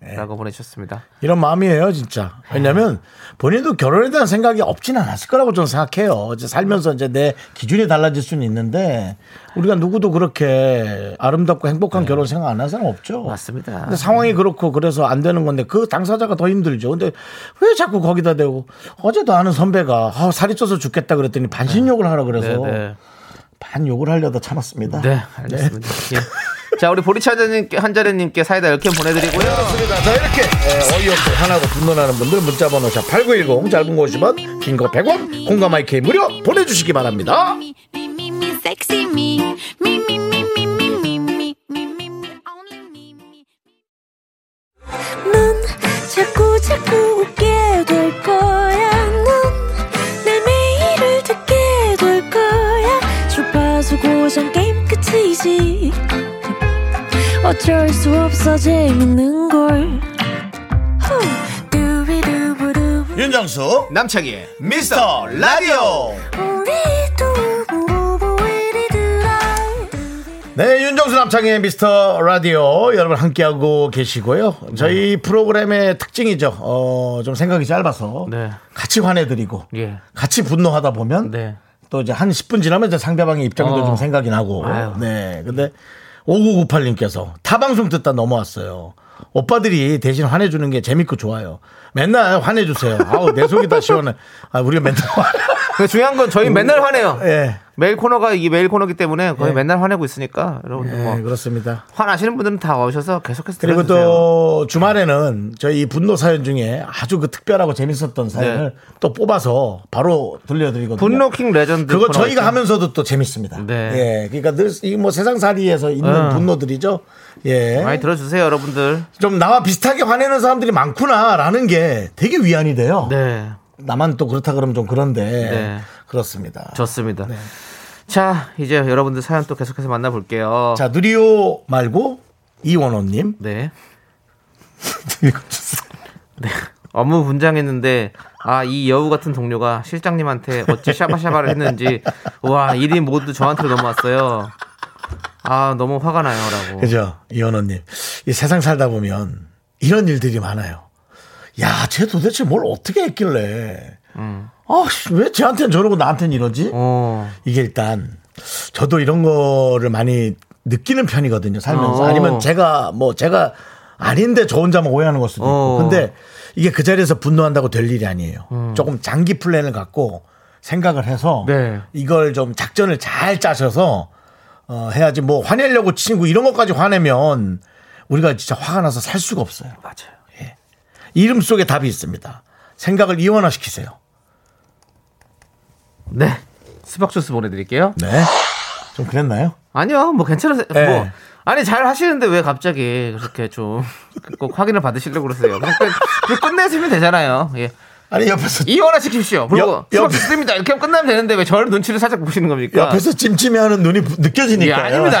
[SPEAKER 2] 라고 보내주셨습니다.
[SPEAKER 1] 이런 마음이에요, 진짜.
[SPEAKER 2] 네.
[SPEAKER 1] 왜냐면 본인도 결혼에 대한 생각이 없진 않았을 거라고 저는 생각해요. 이제 살면서 이제 내 기준이 달라질 수는 있는데 우리가 누구도 그렇게 아름답고 행복한 결혼 생각 안 한 사람 없죠.
[SPEAKER 2] 네. 맞습니다. 네.
[SPEAKER 1] 근데 상황이 그렇고 그래서 안 되는 건데 그 당사자가 더 힘들죠. 근데 왜 자꾸 거기다 대고 어제도 아는 선배가 아, 살이 쪄서 죽겠다 그랬더니 반신욕을 하라 그래서
[SPEAKER 2] 네.
[SPEAKER 1] 반욕을 하려다 참았습니다.
[SPEAKER 2] 네, 알겠습니다. 예. 자, 우리 보리차 한자님- 한자님께 사이다 10캔 보내드리고요.
[SPEAKER 1] 그렇습니다. 자 이렇게 에, 어이없고 화나고 분노나는 분들 문자번호 샵 8910 짧은 거 50원 긴 거 100원 공감 IK 무료 보내주시기 바랍니다.
[SPEAKER 4] Me, me, me, me, sexy me. Me, me, me, me, me, me, me, me, me, me, only me, me.
[SPEAKER 5] 넌 자꾸 자꾸 웃게 될 거야. 넌내 매일을 듣게 될 거야. 주파수 고정 게임 끝이지. 어쩔 수 없어 재밌는 걸. 후. 두비두부두부.
[SPEAKER 1] 윤정수
[SPEAKER 2] 남창희의
[SPEAKER 1] 미스터 라디오
[SPEAKER 5] 우리 두부부부 우리들아.
[SPEAKER 1] 네 윤정수 남창의 미스터 라디오 여러분 함께하고 계시고요. 저희
[SPEAKER 2] 네.
[SPEAKER 1] 프로그램의 특징이죠. 어, 좀 생각이 짧아서
[SPEAKER 2] 네.
[SPEAKER 1] 같이 화내드리고
[SPEAKER 2] 예.
[SPEAKER 1] 같이 분노하다 보면
[SPEAKER 2] 네.
[SPEAKER 1] 또 이제 한 10분 지나면 이제 상대방의 입장도
[SPEAKER 2] 어.
[SPEAKER 1] 좀 생각이 나고.
[SPEAKER 2] 아유.
[SPEAKER 1] 네. 근데 5998님께서 타방송 듣다 넘어왔어요. 오빠들이 대신 화내주는 게 재밌고 좋아요. 맨날 화내주세요. 아우, 내 속이 다 시원해. 아, 우리가 맨날 화내.
[SPEAKER 2] 근데 중요한 건 저희 맨날 화내요.
[SPEAKER 1] 예.
[SPEAKER 2] 매일 코너가 이 매일 코너기 때문에 거의
[SPEAKER 1] 예.
[SPEAKER 2] 맨날 화내고 있으니까 여러분들
[SPEAKER 1] 예,
[SPEAKER 2] 뭐
[SPEAKER 1] 그렇습니다.
[SPEAKER 2] 화나시는 분들은 다 오셔서 계속해서
[SPEAKER 1] 그리고
[SPEAKER 2] 들어주세요.
[SPEAKER 1] 또뭐 주말에는 저희 이 분노 사연 중에 아주 그 특별하고 재밌었던 사연을 또 뽑아서 바로 들려드리거든요.
[SPEAKER 2] 네. 분노킹 레전드
[SPEAKER 1] 그거
[SPEAKER 2] 코너가
[SPEAKER 1] 저희가
[SPEAKER 2] 있어요.
[SPEAKER 1] 하면서도 또 재밌습니다.
[SPEAKER 2] 네.
[SPEAKER 1] 예. 그러니까 늘 이 뭐 세상 살이에서 있는
[SPEAKER 2] 어.
[SPEAKER 1] 분노들이죠. 예.
[SPEAKER 2] 많이 들어주세요, 여러분들.
[SPEAKER 1] 좀 나와 비슷하게 화내는 사람들이 많구나라는 게 되게 위안이 돼요.
[SPEAKER 2] 네,
[SPEAKER 1] 나만 또 그렇다 그러면 좀 그런데
[SPEAKER 2] 네.
[SPEAKER 1] 그렇습니다.
[SPEAKER 2] 좋습니다.
[SPEAKER 1] 네.
[SPEAKER 2] 자, 이제 여러분들 사연 또 계속해서 만나볼게요.
[SPEAKER 1] 자 누리호 말고 이원호님
[SPEAKER 2] 네.
[SPEAKER 1] 읽어주세요.
[SPEAKER 2] 업무 분장했는데 아 이 여우 같은 동료가 실장님한테 어찌 샤바샤바를 했는지 와 일이 모두 저한테로 넘어왔어요. 아 너무 화가 나요라고.
[SPEAKER 1] 그죠 이원호님 이 세상 살다 보면 이런 일들이 많아요. 야쟤 도대체 뭘 어떻게 했길래? 아왜 쟤한테는 저러고 나한테는 이러지?
[SPEAKER 2] 음. 어.
[SPEAKER 1] 이게 일단 저도 이런 거를 많이 느끼는 편이거든요. 살면서
[SPEAKER 2] 어.
[SPEAKER 1] 아니면 제가 뭐 제가 아닌데 저 혼자만 오해하는 걸 수도 있고.
[SPEAKER 2] 어.
[SPEAKER 1] 근데 이게 그 자리에서 분노한다고 될 일이 아니에요. 조금 장기 플랜을 갖고 생각을 해서
[SPEAKER 2] 음. 네.
[SPEAKER 1] 이걸 좀 작전을 잘 짜셔서 어, 해야지 뭐 화내려고 친구 이런 것까지 화내면 우리가 진짜 화가 나서 살 수가 없어요.
[SPEAKER 2] 맞아요.
[SPEAKER 1] 이름 속에 답이 있습니다. 생각을 이원화시키세요.
[SPEAKER 2] 네. 수박 주스 보내드릴게요.
[SPEAKER 1] 네. 좀 그랬나요?
[SPEAKER 2] 아니요, 뭐 괜찮으세요.
[SPEAKER 1] 네.
[SPEAKER 2] 뭐 아니 잘 하시는데 왜 갑자기 그렇게 좀 꼭 확인을 받으시려고 그러세요? 그냥 끝- 그냥 끝내시면 되잖아요. 예.
[SPEAKER 1] 아니 옆에서
[SPEAKER 2] 이혼화 시킵시오.
[SPEAKER 1] 옆-
[SPEAKER 2] 그리고
[SPEAKER 1] 옆-
[SPEAKER 2] 수박 주스 드립니다. 이렇게 하면 끝나면 되는데 왜 저를 눈치를 살짝 보시는 겁니까?
[SPEAKER 1] 옆에서 찜찜해하는 눈이 부- 느껴지니까.
[SPEAKER 2] 아. 예, 아닙니다,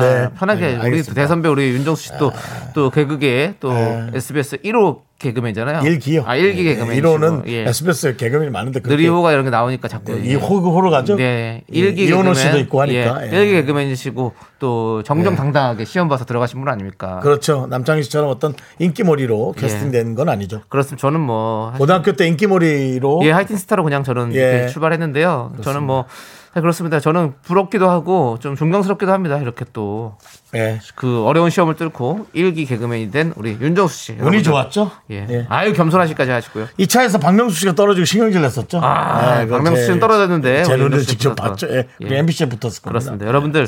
[SPEAKER 1] 네.
[SPEAKER 2] 편하게
[SPEAKER 1] 네,
[SPEAKER 2] 우리
[SPEAKER 1] 알겠습니다. 아.
[SPEAKER 2] 대선배 우리 윤정수 씨 또 또 개그계 또 SBS 1호 개그맨잖아요.
[SPEAKER 1] 네. 일기요.
[SPEAKER 2] 아, 1기 개그맨.
[SPEAKER 1] 1호는
[SPEAKER 2] 예.
[SPEAKER 1] SBS 개그맨이 많은데 그렇게
[SPEAKER 2] 느리호가 이런 게 나오니까 자꾸
[SPEAKER 1] 이 호그 호로 가죠.
[SPEAKER 2] 네,
[SPEAKER 1] 예,
[SPEAKER 2] 일기
[SPEAKER 1] 이혼호
[SPEAKER 2] 개그맨.
[SPEAKER 1] 씨도 있고 하니까.
[SPEAKER 2] 예,
[SPEAKER 1] 예.
[SPEAKER 2] 일기 개그맨이시고 또 정정당당하게 시험 봐서 들어가신 분 아닙니까? 그
[SPEAKER 1] 그렇죠. 남창희 씨처럼 어떤 인기몰이로
[SPEAKER 2] 예.
[SPEAKER 1] 캐스팅된 건 아니죠.
[SPEAKER 2] 렇습니다 저는 뭐 하-
[SPEAKER 1] 고등학교 때 인기몰이로
[SPEAKER 2] 예, 하이틴 스타로 그냥 저는
[SPEAKER 1] 뭐 예.
[SPEAKER 2] 이렇게 출발했는데요. 저는 뭐 사실 그렇습니다. 저는 부럽기도 하고 좀 존경스럽기도 합니다. 이렇게 또 그
[SPEAKER 1] 예.
[SPEAKER 2] 어려운 시험을 뚫고 일기 개그맨이 된 우리 윤정수 씨.
[SPEAKER 1] 운이
[SPEAKER 2] 여러분들
[SPEAKER 1] 좋았죠.
[SPEAKER 2] 예.
[SPEAKER 1] 예.
[SPEAKER 2] 아유 겸손하시까지 하시고요.
[SPEAKER 1] 이 차에서 박명수 씨가 떨어지고 신경질 냈었죠. 예,
[SPEAKER 2] 아,
[SPEAKER 1] 그건
[SPEAKER 2] 박명수
[SPEAKER 1] 제-
[SPEAKER 2] 씨는 떨어졌는데
[SPEAKER 1] 제
[SPEAKER 2] 우리
[SPEAKER 1] 눈을
[SPEAKER 2] 윤정수
[SPEAKER 1] 직접
[SPEAKER 2] 씨부터.
[SPEAKER 1] 봤죠. 예. 우리
[SPEAKER 2] 예.
[SPEAKER 1] MBC에 붙었을 겁니다.
[SPEAKER 2] 그렇습니다. 여러분들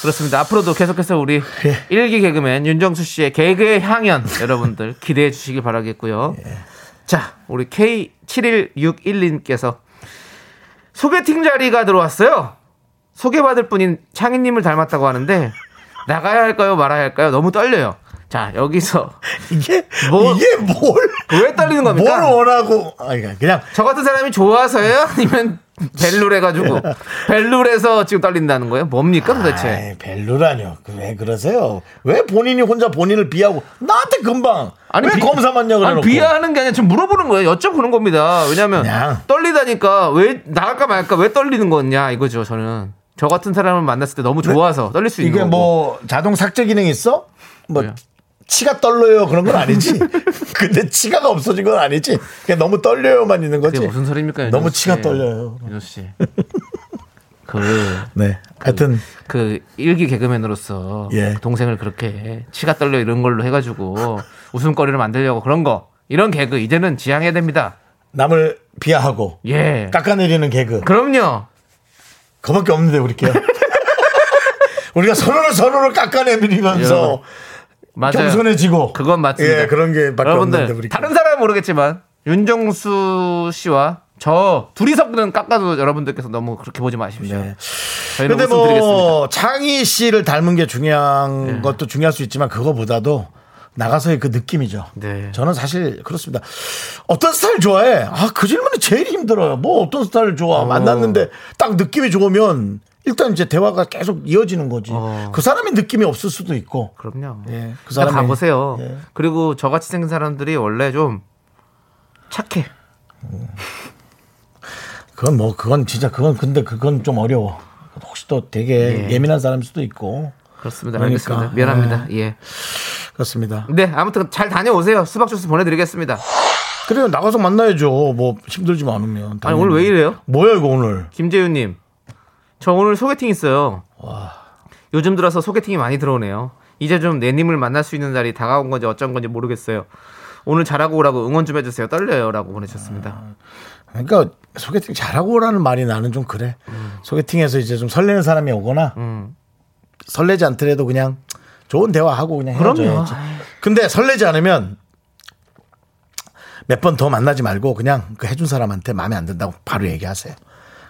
[SPEAKER 2] 그렇습니다. 앞으로도 계속해서 우리
[SPEAKER 1] 예.
[SPEAKER 2] 일기 개그맨 윤정수 씨의 개그의 향연 여러분들 기대해 주시길 바라겠고요.
[SPEAKER 1] 예.
[SPEAKER 2] 자, 우리 K7161님께서 소개팅 자리가 들어왔어요. 소개받을 분인 창희님을 닮았다고 하는데 나가야 할까요, 말아야 할까요? 너무 떨려요. 자, 여기서
[SPEAKER 1] 이게
[SPEAKER 2] 뭐-
[SPEAKER 1] 이게 뭘?
[SPEAKER 2] 왜 떨리는 겁니까?
[SPEAKER 1] 뭘 원하고 아 그냥
[SPEAKER 2] 저 같은 사람이 좋아서요? 아니면 벨룰
[SPEAKER 1] 예.
[SPEAKER 2] 해가지고 벨룰에서 지금 떨린다는 거예요? 뭡니까 도대체?
[SPEAKER 1] 아이, 벨루라뇨. 그왜 그러세요? 왜 본인이 혼자 본인을 비하고 나한테 금방 왜
[SPEAKER 2] 비-
[SPEAKER 1] 검사만 냐고
[SPEAKER 2] 아니,
[SPEAKER 1] 해놓고
[SPEAKER 2] 비하하는 게 아니라 지금 물어보는 거예요. 여쭤보는 겁니다. 왜냐하면
[SPEAKER 1] 그냥.
[SPEAKER 2] 떨리다니까 왜 나갈까 말까 왜 떨리는 거냐 이거죠. 저는 저 같은 사람을 만났을 때 너무 좋아서 떨릴 수 있는
[SPEAKER 1] 네. 이게
[SPEAKER 2] 거고. 네.
[SPEAKER 1] 뭐 자동 삭제 기능 있어? 뭐
[SPEAKER 2] 왜요?
[SPEAKER 1] 치가 떨려요 그런 건 아니지. 근데 치가가 없어진 건 아니지. 그냥 너무 떨려요만 있는 거지.
[SPEAKER 2] 그게 무슨 소리입니까? 네. 윤호
[SPEAKER 1] 너무
[SPEAKER 2] 씨.
[SPEAKER 1] 치가 떨려요.
[SPEAKER 2] 윤호 씨. 그
[SPEAKER 1] 네. 하여튼
[SPEAKER 2] 그 일기 개그맨으로서
[SPEAKER 1] 예.
[SPEAKER 2] 동생을 그렇게 치가 떨려 이런 걸로 해가지고 웃음거리를 만들려고 그런 거 이런 개그 이제는 지양해야 됩니다.
[SPEAKER 1] 남을 비하하고
[SPEAKER 2] 예.
[SPEAKER 1] 깎아내리는 개그.
[SPEAKER 2] 그럼요.
[SPEAKER 1] 그밖에 없는데 우리께. 우리가 서로를 서로를 깎아내리면서
[SPEAKER 2] 맞아요.
[SPEAKER 1] 겸손해지고
[SPEAKER 2] 그건 맞습니다.
[SPEAKER 1] 예, 그런 게 밖에
[SPEAKER 2] 여러분들
[SPEAKER 1] 없는데 우리
[SPEAKER 2] 다른 사람은 모르겠지만 윤정수 씨와 저 둘이서는 깎아도 여러분들께서 너무 그렇게 보지 마십시오.
[SPEAKER 1] 네.
[SPEAKER 2] 저희는
[SPEAKER 1] 근데
[SPEAKER 2] 웃음 드리겠습니다. 네.
[SPEAKER 1] 뭐 창희 씨를 닮은 게 중요한 것도 중요할 수 있지만 그거보다도 나가서의 그 느낌이죠.
[SPEAKER 2] 네.
[SPEAKER 1] 저는 사실 그렇습니다. 어떤 스타일 좋아해? 아, 그 질문이 제일 힘들어요. 뭐 어떤 스타일 좋아? 만났는데 딱 느낌이 좋으면 일단 이제 대화가 계속 이어지는 거지.
[SPEAKER 2] 어.
[SPEAKER 1] 그 사람이 느낌이 없을 수도 있고.
[SPEAKER 2] 그럼요.
[SPEAKER 1] 예, 그
[SPEAKER 2] 그냥
[SPEAKER 1] 사람이-
[SPEAKER 2] 가보세요.
[SPEAKER 1] 예.
[SPEAKER 2] 그리고 저같이 생긴 사람들이 원래 좀 착해.
[SPEAKER 1] 그건 뭐 그건 진짜 그건 근데 그건 좀 어려워. 혹시 또 되게 예. 민한 사람일 수도 있고.
[SPEAKER 2] 그렇습니다.
[SPEAKER 1] 그러니까.
[SPEAKER 2] 알겠습니다. 미안합니다. 예.
[SPEAKER 1] 그렇습니다.
[SPEAKER 2] 네, 아무튼 잘 다녀오세요. 수박 주스 보내드리겠습니다.
[SPEAKER 1] 그래요. 나가서 만나야죠. 뭐 힘들지만 않으면.
[SPEAKER 2] 아니 오늘 왜 이래요?
[SPEAKER 1] 뭐야 이거 오늘.
[SPEAKER 2] 김재윤님, 저 오늘 소개팅 있어요. 요즘 들어서 소개팅이 많이 들어오네요. 이제 좀 내님을 만날 수 있는 날이 다가온 건지 어쩐 건지 모르겠어요. 오늘 잘하고 오라고 응원 좀 해주세요. 떨려요라고 보내셨습니다.
[SPEAKER 1] 그러니까 소개팅 잘하고 오라는 말이 나는 좀 그래. 소개팅에서 이제 좀 설레는 사람이 오거나 설레지 않더라도 그냥 좋은 대화하고 그냥
[SPEAKER 2] 그럼요.
[SPEAKER 1] 헤어져야지. 근데 설레지 않으면 몇 번 더 만나지 말고 그냥 그 해준 사람한테 마음에 안 든다고 바로 얘기하세요.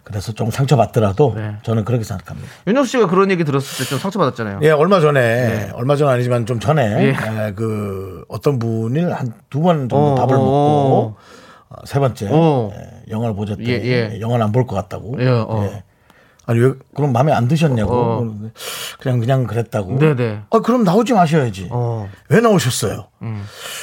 [SPEAKER 1] 그래서 좀 상처받더라도
[SPEAKER 2] 네.
[SPEAKER 1] 저는 그렇게 생각합니다.
[SPEAKER 2] 윤혁 씨가 그런 얘기 들었을 때 좀 상처받았잖아요.
[SPEAKER 1] 예, 얼마 전에 얼마 전 아니지만 좀 전에
[SPEAKER 2] 네. 예.
[SPEAKER 1] 예, 그 어떤 분이 한 두 번 정도
[SPEAKER 2] 어,
[SPEAKER 1] 밥을
[SPEAKER 2] 어,
[SPEAKER 1] 먹고 어, 세 번째
[SPEAKER 2] 어.
[SPEAKER 1] 예, 영화를 보셨대.
[SPEAKER 2] 예, 예.
[SPEAKER 1] 영화를 안 볼 것 같다고.
[SPEAKER 2] 예, 어.
[SPEAKER 1] 아니 왜 그럼 마음에 안 드셨냐고.
[SPEAKER 2] 어.
[SPEAKER 1] 그러는데 그냥 그냥 그랬다고.
[SPEAKER 2] 네네.
[SPEAKER 1] 아 그럼 나오지 마셔야지.
[SPEAKER 2] 어. 음.
[SPEAKER 1] 왜 나오셨어요?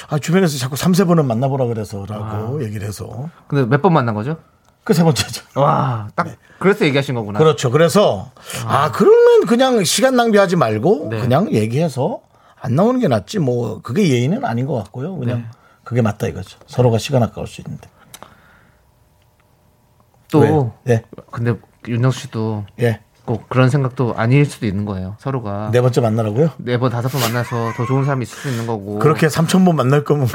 [SPEAKER 1] 아 주변에서 자꾸 삼세 번은 만나보라 그래서라고
[SPEAKER 2] 아.
[SPEAKER 1] 얘기를 해서
[SPEAKER 2] 근데 몇 번 만난 거죠?
[SPEAKER 1] 그 세 번째죠.
[SPEAKER 2] 와, 딱 그래서 얘기하신 거구나.
[SPEAKER 1] 네. 그렇죠. 그래서 아, 그러면 그냥 시간 낭비하지 말고
[SPEAKER 2] 네.
[SPEAKER 1] 그냥 얘기해서 안 나오는 게 낫지. 뭐 그게 예의는 아닌 것 같고요. 그냥
[SPEAKER 2] 네.
[SPEAKER 1] 그게 맞다 이거죠. 서로가 시간 아까울 수 있는데.
[SPEAKER 2] 또
[SPEAKER 1] 왜요? 예.
[SPEAKER 2] 근데 윤혁 씨도
[SPEAKER 1] 예.
[SPEAKER 2] 꼭 그런 생각도 아닐 수도 있는 거예요. 서로가
[SPEAKER 1] 네 번째 만나라고요?
[SPEAKER 2] 네 번 다섯 번 만나서 더 좋은 사람이 있을 수 있는 거고.
[SPEAKER 1] 그렇게 삼천 번 만날 거면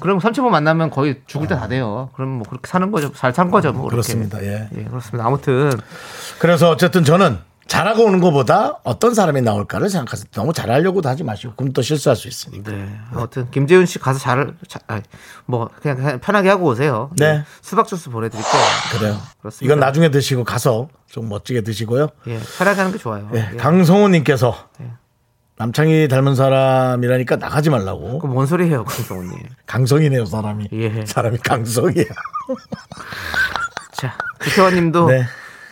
[SPEAKER 2] 그럼 삼천 번 만나면 거의 죽을 때 다 돼요. 그럼 뭐 그렇게 사는 거죠. 잘 산 거죠. 뭐 그렇게.
[SPEAKER 1] 아. 그렇습니다. 예.
[SPEAKER 2] 예, 그렇습니다. 아무튼
[SPEAKER 1] 그래서 어쨌든 저는 잘하고 오는 것보다 어떤 사람이 나올까를 생각해서 너무 잘하려고도 하지 마시고 그럼 또 실수할 수 있으니까.
[SPEAKER 2] 네. 아무튼 김재윤 씨 가서 잘, 잘 아니, 뭐 그냥, 그냥 편하게 하고 오세요.
[SPEAKER 1] 네.
[SPEAKER 2] 예, 수박 주스 보내드릴게요.
[SPEAKER 1] 그래요.
[SPEAKER 2] 그렇습니다.
[SPEAKER 1] 이건 나중에 드시고 가서 좀 멋지게 드시고요.
[SPEAKER 2] 예, 편하게 하는 게 좋아요.
[SPEAKER 1] 예,
[SPEAKER 2] 예.
[SPEAKER 1] 강성호님께서
[SPEAKER 2] 예.
[SPEAKER 1] 남창희 닮은 사람이라니까 나가지 말라고.
[SPEAKER 2] 그럼 뭔 소리 해요, 강성훈님?
[SPEAKER 1] 강성이네요 사람이.
[SPEAKER 2] 예.
[SPEAKER 1] 사람이 강성이야.
[SPEAKER 2] 자, 주태환님도
[SPEAKER 1] 네.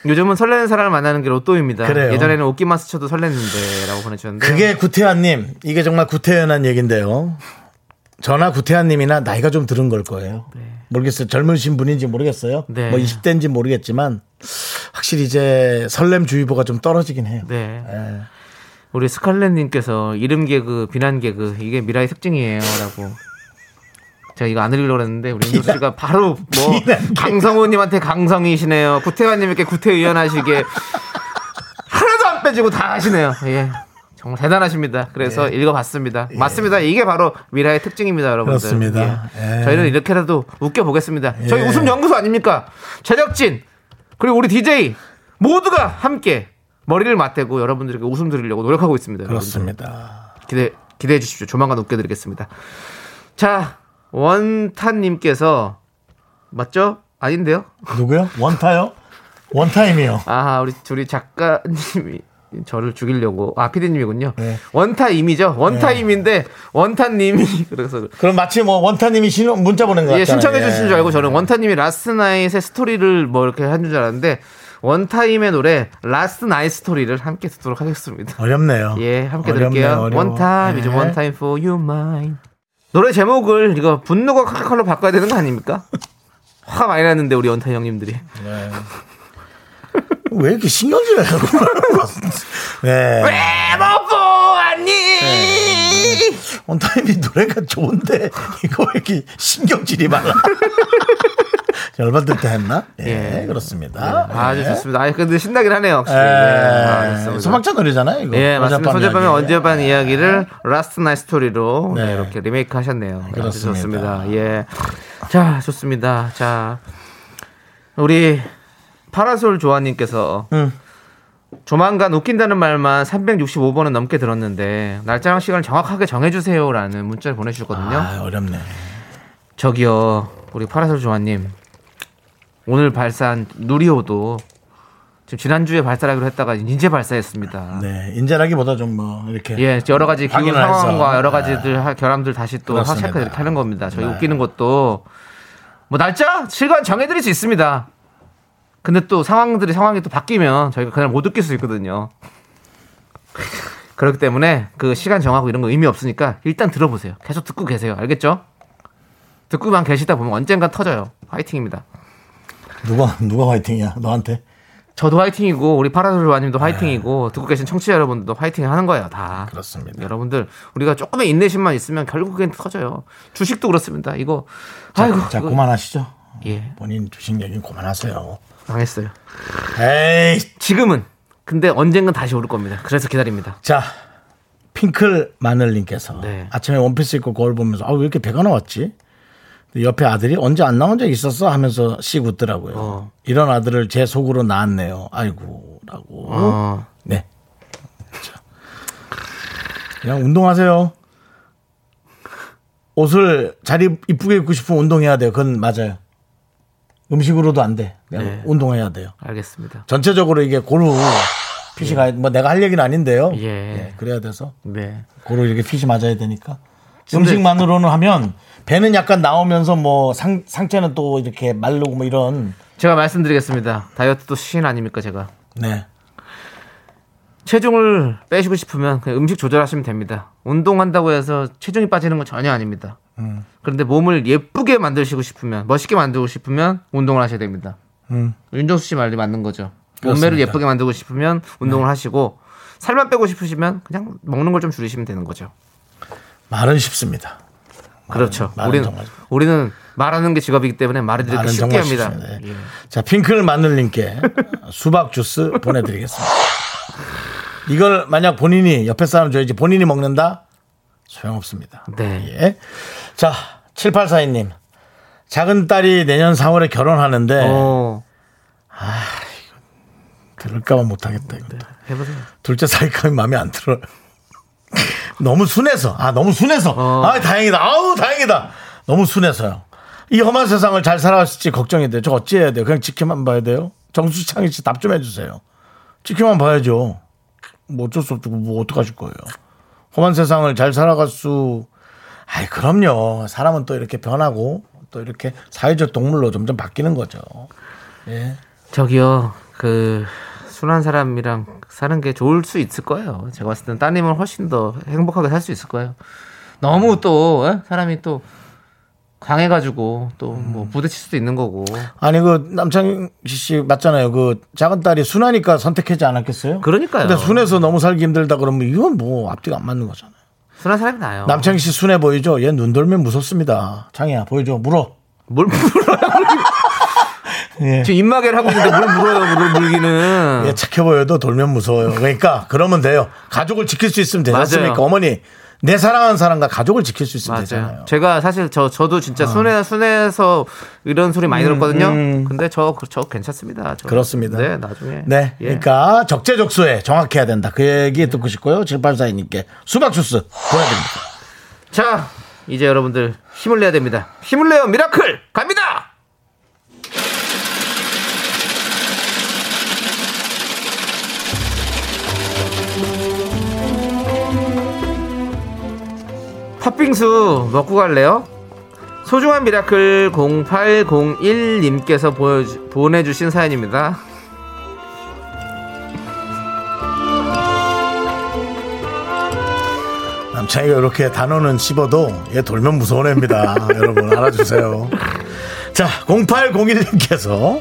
[SPEAKER 2] 요즘은 설레는 사람을 만나는 게 로또입니다.
[SPEAKER 1] 그래요.
[SPEAKER 2] 예전에는 옷깃만 스쳐도 설렜는데라고 보내주셨는데
[SPEAKER 1] 그게 구태환님 이게 정말 구태연한 얘긴데요. 저나 구태환님이나 나이가 좀 들은 걸 거예요. 모르겠어요. 젊으신 분인지 모르겠어요.
[SPEAKER 2] 네.
[SPEAKER 1] 뭐 20대인지 모르겠지만 확실히 이제 설렘 주의보가 좀 떨어지긴 해요.
[SPEAKER 2] 네.
[SPEAKER 1] 예.
[SPEAKER 2] 우리 스칼렛님께서 이름 개그, 비난 개그 이게 미라의 특징이에요라고. 제가 이거 안 읽으려고 했는데 우리 윤수 씨가 바로 뭐
[SPEAKER 1] 비난 개그.
[SPEAKER 2] 강성호님한테 강성이시네요. 구태환님께 구태의연하시게 하나도 안 빼주고 다 하시네요. 예. 정말 대단하십니다.
[SPEAKER 1] 예.
[SPEAKER 2] 그래서 읽어봤습니다. 맞습니다. 이게 바로 미라의 특징입니다, 여러분들.
[SPEAKER 1] 그렇습니다.
[SPEAKER 2] 예.
[SPEAKER 1] 예.
[SPEAKER 2] 저희는 이렇게라도 웃겨보겠습니다. 저희
[SPEAKER 1] 예.
[SPEAKER 2] 웃음 연구소 아닙니까? 제작진 그리고 우리 DJ 모두가 함께 머리를 맞대고 여러분들에게 웃음 드리려고 노력하고 있습니다. 여러분들.
[SPEAKER 1] 그렇습니다.
[SPEAKER 2] 기대 기대해 주십시오. 조만간 웃겨드리겠습니다. 자 원탄님께서 맞죠? 아닌데요?
[SPEAKER 1] 누구요? 원타요? 원타임이요.
[SPEAKER 2] 아 우리 둘이 작가님이 저를 죽이려고 아 피디님이군요.
[SPEAKER 1] 네.
[SPEAKER 2] 원타임이죠. 원타임인데 원탄님이 그래서
[SPEAKER 1] 그럼 마치 뭐 원타님이 신 문자 보낸 것 같아요.
[SPEAKER 2] 예, 신청해 주신 줄 알고 저는 원타님이 라스트 나잇의 스토리를 뭐 이렇게 한 줄 알았는데 원타임의 노래 라스트 나잇 스토리를 함께 듣도록 하겠습니다.
[SPEAKER 1] 어렵네요.
[SPEAKER 2] 예, 함께
[SPEAKER 1] 어렵네,
[SPEAKER 2] 들을게요.
[SPEAKER 1] 어려워.
[SPEAKER 2] 원타임 이제
[SPEAKER 1] 예.
[SPEAKER 2] 원타임 for you mine. 노래 제목을 이거 분노가 칼칼로 바꿔야 되는 거 아닙니까? 화가 많이 났는데 우리 원타 형님들이
[SPEAKER 1] 왜 이렇게 신경질을 해요? 네.
[SPEAKER 2] 에버포 아니 네.
[SPEAKER 1] 온타임이 노래가 좋은데 이거 왜 이렇게 신경질이 많아? 열받을 때 했나? 예,
[SPEAKER 2] 예.
[SPEAKER 1] 그렇습니다. 네.
[SPEAKER 2] 아주 좋습니다. 아 근데 신나긴 하네요.
[SPEAKER 1] 예.
[SPEAKER 2] 확실히. 네, 아, 좋습니다.
[SPEAKER 1] 소방차 노래잖아요, 이거.
[SPEAKER 2] 예, 맞습니다.
[SPEAKER 1] 어젯밤
[SPEAKER 2] 소재밤의
[SPEAKER 1] 이야기. 예.
[SPEAKER 2] 언제밤 이야기를 라스트 나이 스토리로
[SPEAKER 1] 네.
[SPEAKER 2] 네, 이렇게 리메이크 하셨네요. 아주
[SPEAKER 1] 그렇습니다.
[SPEAKER 2] 좋습니다. 예. 자, 좋습니다. 자, 우리 파라솔 조아님께서
[SPEAKER 1] 음.
[SPEAKER 2] 조만간 웃긴다는 말만 365번은 넘게 들었는데 날짜랑 시간을 정확하게 정해주세요라는 문자를 보내주셨거든요.
[SPEAKER 1] 아, 어렵네.
[SPEAKER 2] 저기요, 우리 파라솔 조아님. 오늘 발사한 누리호도 지금 지난주에 발사하기로 했다가 이제 발사했습니다.
[SPEAKER 1] 네. 인재라기보다 좀 뭐 이렇게
[SPEAKER 2] 예, 여러 가지 기후
[SPEAKER 1] 확인을 해서. 네.
[SPEAKER 2] 상황과 여러 가지들 하- 결함들 다시 또
[SPEAKER 1] 그렇습니다.
[SPEAKER 2] 확체크 이렇게 하는 겁니다. 저희
[SPEAKER 1] 네.
[SPEAKER 2] 웃기는 것도 뭐 날짜 시간 정해드릴 수 있습니다. 근데 또 상황들이 상황이 또 바뀌면 저희가 그날 못 웃길 수 있거든요. 그렇기 때문에 그 시간 정하고 이런 거 의미 없으니까 일단 들어보세요. 계속 듣고 계세요. 알겠죠? 듣고만 계시다 보면 언젠간 터져요. 화이팅입니다.
[SPEAKER 1] 누가 누가 화이팅이야? 너한테.
[SPEAKER 2] 저도 화이팅이고 우리 파라솔와님도 화이팅이고 듣고 계신 청취자 여러분들도 화이팅 하는 거예요. 다.
[SPEAKER 1] 네. 그렇습니다.
[SPEAKER 2] 네, 여러분들 우리가 조금의 인내심만 있으면 결국엔 터져요. 주식도 그렇습니다. 이거 아이고
[SPEAKER 1] 자,
[SPEAKER 2] 이거-
[SPEAKER 1] 그만하시죠.
[SPEAKER 2] 예
[SPEAKER 1] 본인 주식 얘기는 그만하세요.
[SPEAKER 2] 당했어요.
[SPEAKER 1] 에이,
[SPEAKER 2] 지금은 근데 언젠간 다시 오를 겁니다. 그래서 기다립니다.
[SPEAKER 1] 자 핑클 마늘님께서
[SPEAKER 2] 네.
[SPEAKER 1] 아침에 원피스 입고 거울 보면서 아 왜 이렇게 배가 나왔지? 옆에 아들이 언제 안 나온 적 있었어 하면서 씩 웃더라고요.
[SPEAKER 2] 어.
[SPEAKER 1] 이런 아들을 제 속으로 낳았네요. 아이고라고.
[SPEAKER 2] 어.
[SPEAKER 1] 네. 자. 그냥 운동하세요. 옷을 잘 입- 이쁘게 입고 싶으면 운동해야 돼요. 그건 맞아요. 음식으로도 안 돼. 그냥
[SPEAKER 2] 네.
[SPEAKER 1] 운동해야 돼요.
[SPEAKER 2] 알겠습니다.
[SPEAKER 1] 전체적으로 이게 고루 핏이 가, 뭐 내가 할 얘기는 아닌데요.
[SPEAKER 2] 아, 예.
[SPEAKER 1] 예, 그래야 돼서
[SPEAKER 2] 네.
[SPEAKER 1] 고루 이렇게 핏이 맞아야 되니까. 음식만으로는 하면 배는 약간 나오면서 뭐 상, 상체는 또 이렇게 말르고 뭐 이런.
[SPEAKER 2] 제가 말씀드리겠습니다. 다이어트도 신 아닙니까 제가.
[SPEAKER 1] 네.
[SPEAKER 2] 체중을 빼시고 싶으면 그냥 음식 조절하시면 됩니다. 운동한다고 해서 체중이 빠지는 건 전혀 아닙니다.
[SPEAKER 1] 음.
[SPEAKER 2] 그런데 몸을 예쁘게 만드시고 싶으면 멋있게 만들고 싶으면 운동을 하셔야 됩니다.
[SPEAKER 1] 음.
[SPEAKER 2] 윤정수 씨 말이 맞는 거죠. 몸매를
[SPEAKER 1] 그렇습니다. 네.
[SPEAKER 2] 예쁘게 만들고 싶으면 운동을 하시고 살만 빼고 싶으시면 그냥 먹는 걸 좀 줄이시면 되는 거죠.
[SPEAKER 1] 말은 쉽습니다.
[SPEAKER 2] 그렇죠.
[SPEAKER 1] 말은
[SPEAKER 2] 우리는
[SPEAKER 1] 정말-
[SPEAKER 2] 우리는 말하는 게 직업이기 때문에 말을 이렇게
[SPEAKER 1] 말은
[SPEAKER 2] 네, 쉽게
[SPEAKER 1] 정말
[SPEAKER 2] 합니다.
[SPEAKER 1] 쉽습니다. 예.
[SPEAKER 2] 예.
[SPEAKER 1] 자, 핑클 마늘님께 수박 주스 보내드리겠습니다. 이걸 만약 본인이 옆에 사람 줘야지 본인이 먹는다? 소용없습니다.
[SPEAKER 2] 네.
[SPEAKER 1] 예. 자, 7842님. 작은 딸이 내년 4월에 결혼하는데
[SPEAKER 2] 어,
[SPEAKER 1] 들을까봐 못하겠다. 이것도.
[SPEAKER 2] 해보세요.
[SPEAKER 1] 둘째 사이감이 마음에 안 들어요. 너무 순해서. 아, 너무 순해서.
[SPEAKER 2] 어.
[SPEAKER 1] 아, 다행이다. 아우, 다행이다. 너무 순해서요. 이 험한 세상을 잘 살아왔을지 걱정이 돼요. 저 어찌해야 돼요? 그냥 지켜만 봐야 돼요? 정수창이 씨 답 좀 해주세요. 지켜만 봐야죠. 뭐 어쩔 수 없죠. 뭐 어떡하실 거예요. 험한 세상을 잘 살아갈 수, 아이, 그럼요. 사람은 또 이렇게 변하고, 또 이렇게 사회적 동물로 점점 바뀌는 거죠.
[SPEAKER 2] 저기요, 그 순한 사람이랑 사는 게 좋을 수 있을 거예요. 제가 봤을 때는 따님은 훨씬 더 행복하게 살 수 있을 거예요. 너무 또 에? 사람이 또 강해가지고 또 뭐
[SPEAKER 1] 음.
[SPEAKER 2] 부딪힐 수도 있는 거고.
[SPEAKER 1] 아니, 그, 남창희 씨 맞잖아요. 그, 작은 딸이 순하니까 선택하지 않았겠어요?
[SPEAKER 2] 그러니까요.
[SPEAKER 1] 근데 순해서 너무 살기 힘들다 그러면 이건 뭐 앞뒤가 안 맞는 거잖아요.
[SPEAKER 2] 순한 사람이 나요.
[SPEAKER 1] 남창희 씨 순해 보이죠? 얘 눈 돌면 무섭습니다. 창희야 보여줘 물어.
[SPEAKER 2] 뭘 물어요?
[SPEAKER 1] 예.
[SPEAKER 2] 지금 입마개를 하고 있는데 뭘 물어요? 물을 물기는.
[SPEAKER 1] 얘 착해 보여도 돌면 무서워요. 그러니까 그러면 돼요. 가족을 지킬 수 있으면 되지
[SPEAKER 2] 맞아요.
[SPEAKER 1] 않습니까? 어머니 내 사랑하는 사람과 가족을 지킬 수 있으면 되잖아요. 어.
[SPEAKER 2] 제가 사실 저 저도 진짜 순해 순해서 이런 소리 많이 들었거든요. 근데 저 저 괜찮습니다.
[SPEAKER 1] 음,
[SPEAKER 2] 저.
[SPEAKER 1] 그렇습니다.
[SPEAKER 2] 네, 나중에.
[SPEAKER 1] 네.
[SPEAKER 2] 예.
[SPEAKER 1] 그러니까 적재적소에 정확해야 된다. 그 얘기 듣고 싶고요. 7842님께 수박 주스 보내드립니다.
[SPEAKER 2] 자, 이제 여러분들 힘을 내야 됩니다. 힘을 내요, 미라클 갑니다. 팥빙수 먹고 갈래요? 소중한 미라클 0801님께서 보여주, 보내주신 사연입니다.
[SPEAKER 1] 남창이가 이렇게 단어는 씹어도 얘 돌면 무서운 애입니다. 여러분 알아주세요. 자, 0801님께서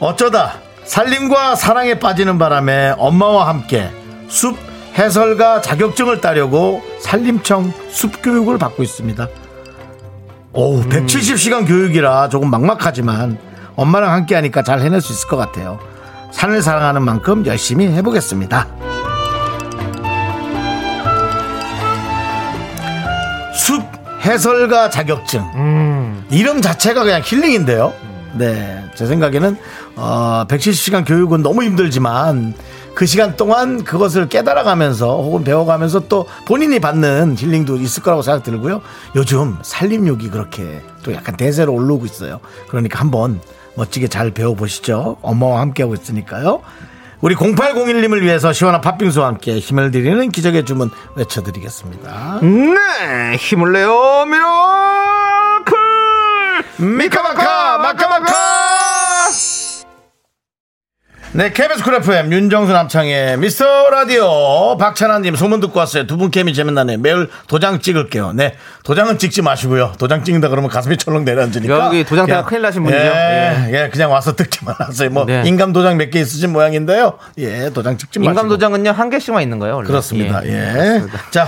[SPEAKER 1] 어쩌다 살림과 사랑에 빠지는 바람에 엄마와 함께 숲 해설가 자격증을 따려고 산림청 숲 교육을 받고 있습니다. 오, 170시간 교육이라 조금 막막하지만 엄마랑 함께 하니까 잘 해낼 수 있을 것 같아요. 산을 사랑하는 만큼 열심히 해보겠습니다. 숲 해설가 자격증. 이름 자체가 그냥 힐링인데요. 네. 제 생각에는, 어, 170시간 교육은 너무 힘들지만, 그 시간 동안 그것을 깨달아가면서 혹은 배워가면서 또 본인이 받는 힐링도 있을 거라고 생각 들고요. 요즘 살림욕이 그렇게 또 약간 대세로 올라오고 있어요. 그러니까 한번 멋지게 잘 배워보시죠. 엄마와 함께하고 있으니까요. 우리 0801님을 위해서 시원한 팥빙수와 함께 힘을 드리는 기적의 주문 외쳐드리겠습니다.
[SPEAKER 2] 네, 힘을 내요, 미라클!
[SPEAKER 1] 미카마카 마카마카 네 KBS 쿨 FM 윤정수 남창의 미스터 라디오 박찬환님 소문 듣고 왔어요 두 분 케미 재밌나네 매일 도장 찍을게요 네 도장은 찍지 마시고요 도장 찍는다 그러면 가슴이 철렁 내려앉으니까
[SPEAKER 2] 여기 도장 따라
[SPEAKER 1] 그냥,
[SPEAKER 2] 큰일 나신 분이죠.
[SPEAKER 1] 예, 예, 그냥 와서 뜯지 말았어요 뭐
[SPEAKER 2] 네.
[SPEAKER 1] 인감 도장 몇 개 있으신 모양인데요 예 도장 찍지 마시고
[SPEAKER 2] 인감 도장은요 한 개씩만 있는 거예요. 원래.
[SPEAKER 1] 그렇습니다. 예.
[SPEAKER 2] 그렇습니다.
[SPEAKER 1] 자,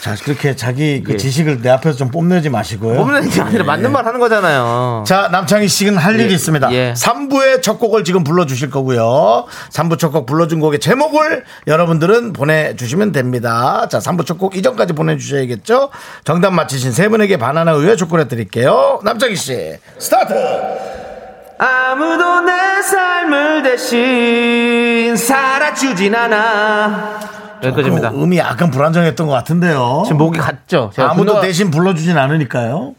[SPEAKER 1] 자, 그렇게 자기 그
[SPEAKER 2] 예.
[SPEAKER 1] 지식을 내 앞에서 좀 뽐내지 마시고요.
[SPEAKER 2] 없는 게
[SPEAKER 1] 예.
[SPEAKER 2] 아니라 맞는 말 하는 거잖아요.
[SPEAKER 1] 자, 남창희 씨는 할 일이 있습니다.
[SPEAKER 2] 예.
[SPEAKER 1] 3부의 첫 곡을 지금 불러주실 거고요. 3부 첫 곡 불러준 곡의 제목을 여러분들은 보내주시면 됩니다. 자, 3부 첫 곡 이전까지 보내주셔야겠죠? 정답 맞히신 세 분에게 바나나 우유 초콜릿 드릴게요. 남창희 씨, 스타트!
[SPEAKER 2] 아무도 내 삶을 대신 살아주진 않아. 여기까지입니다.
[SPEAKER 1] 그 음이 약간 불안정했던 것 같은데요.
[SPEAKER 2] 지금 목이 갔죠. 제가
[SPEAKER 1] 아무도
[SPEAKER 2] 분노가,
[SPEAKER 1] 대신 불러주진 않으니까요.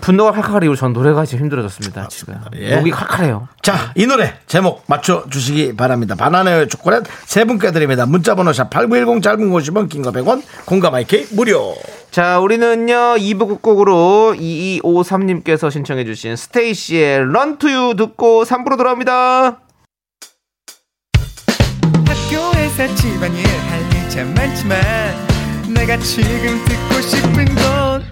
[SPEAKER 2] 분노가 칼칼 이후로 전 노래가 지금 힘들어졌습니다. 지금
[SPEAKER 1] 예.
[SPEAKER 2] 목이 칼칼해요.
[SPEAKER 1] 자, 이 노래 제목 맞춰주시기 바랍니다. 바나나의 초콜릿 세 분께 드립니다. 문자번호 샵 8910 짧은 50원, 긴 거 100원, 공감 IK 무료.
[SPEAKER 2] 자, 우리는요, 2부 끝곡으로 2253님께서 신청해주신 스테이시의 런투유 듣고 3부로 돌아옵니다.
[SPEAKER 6] 학교에서 집안일 할 일 참 많지만 내가 지금 듣고 싶은 건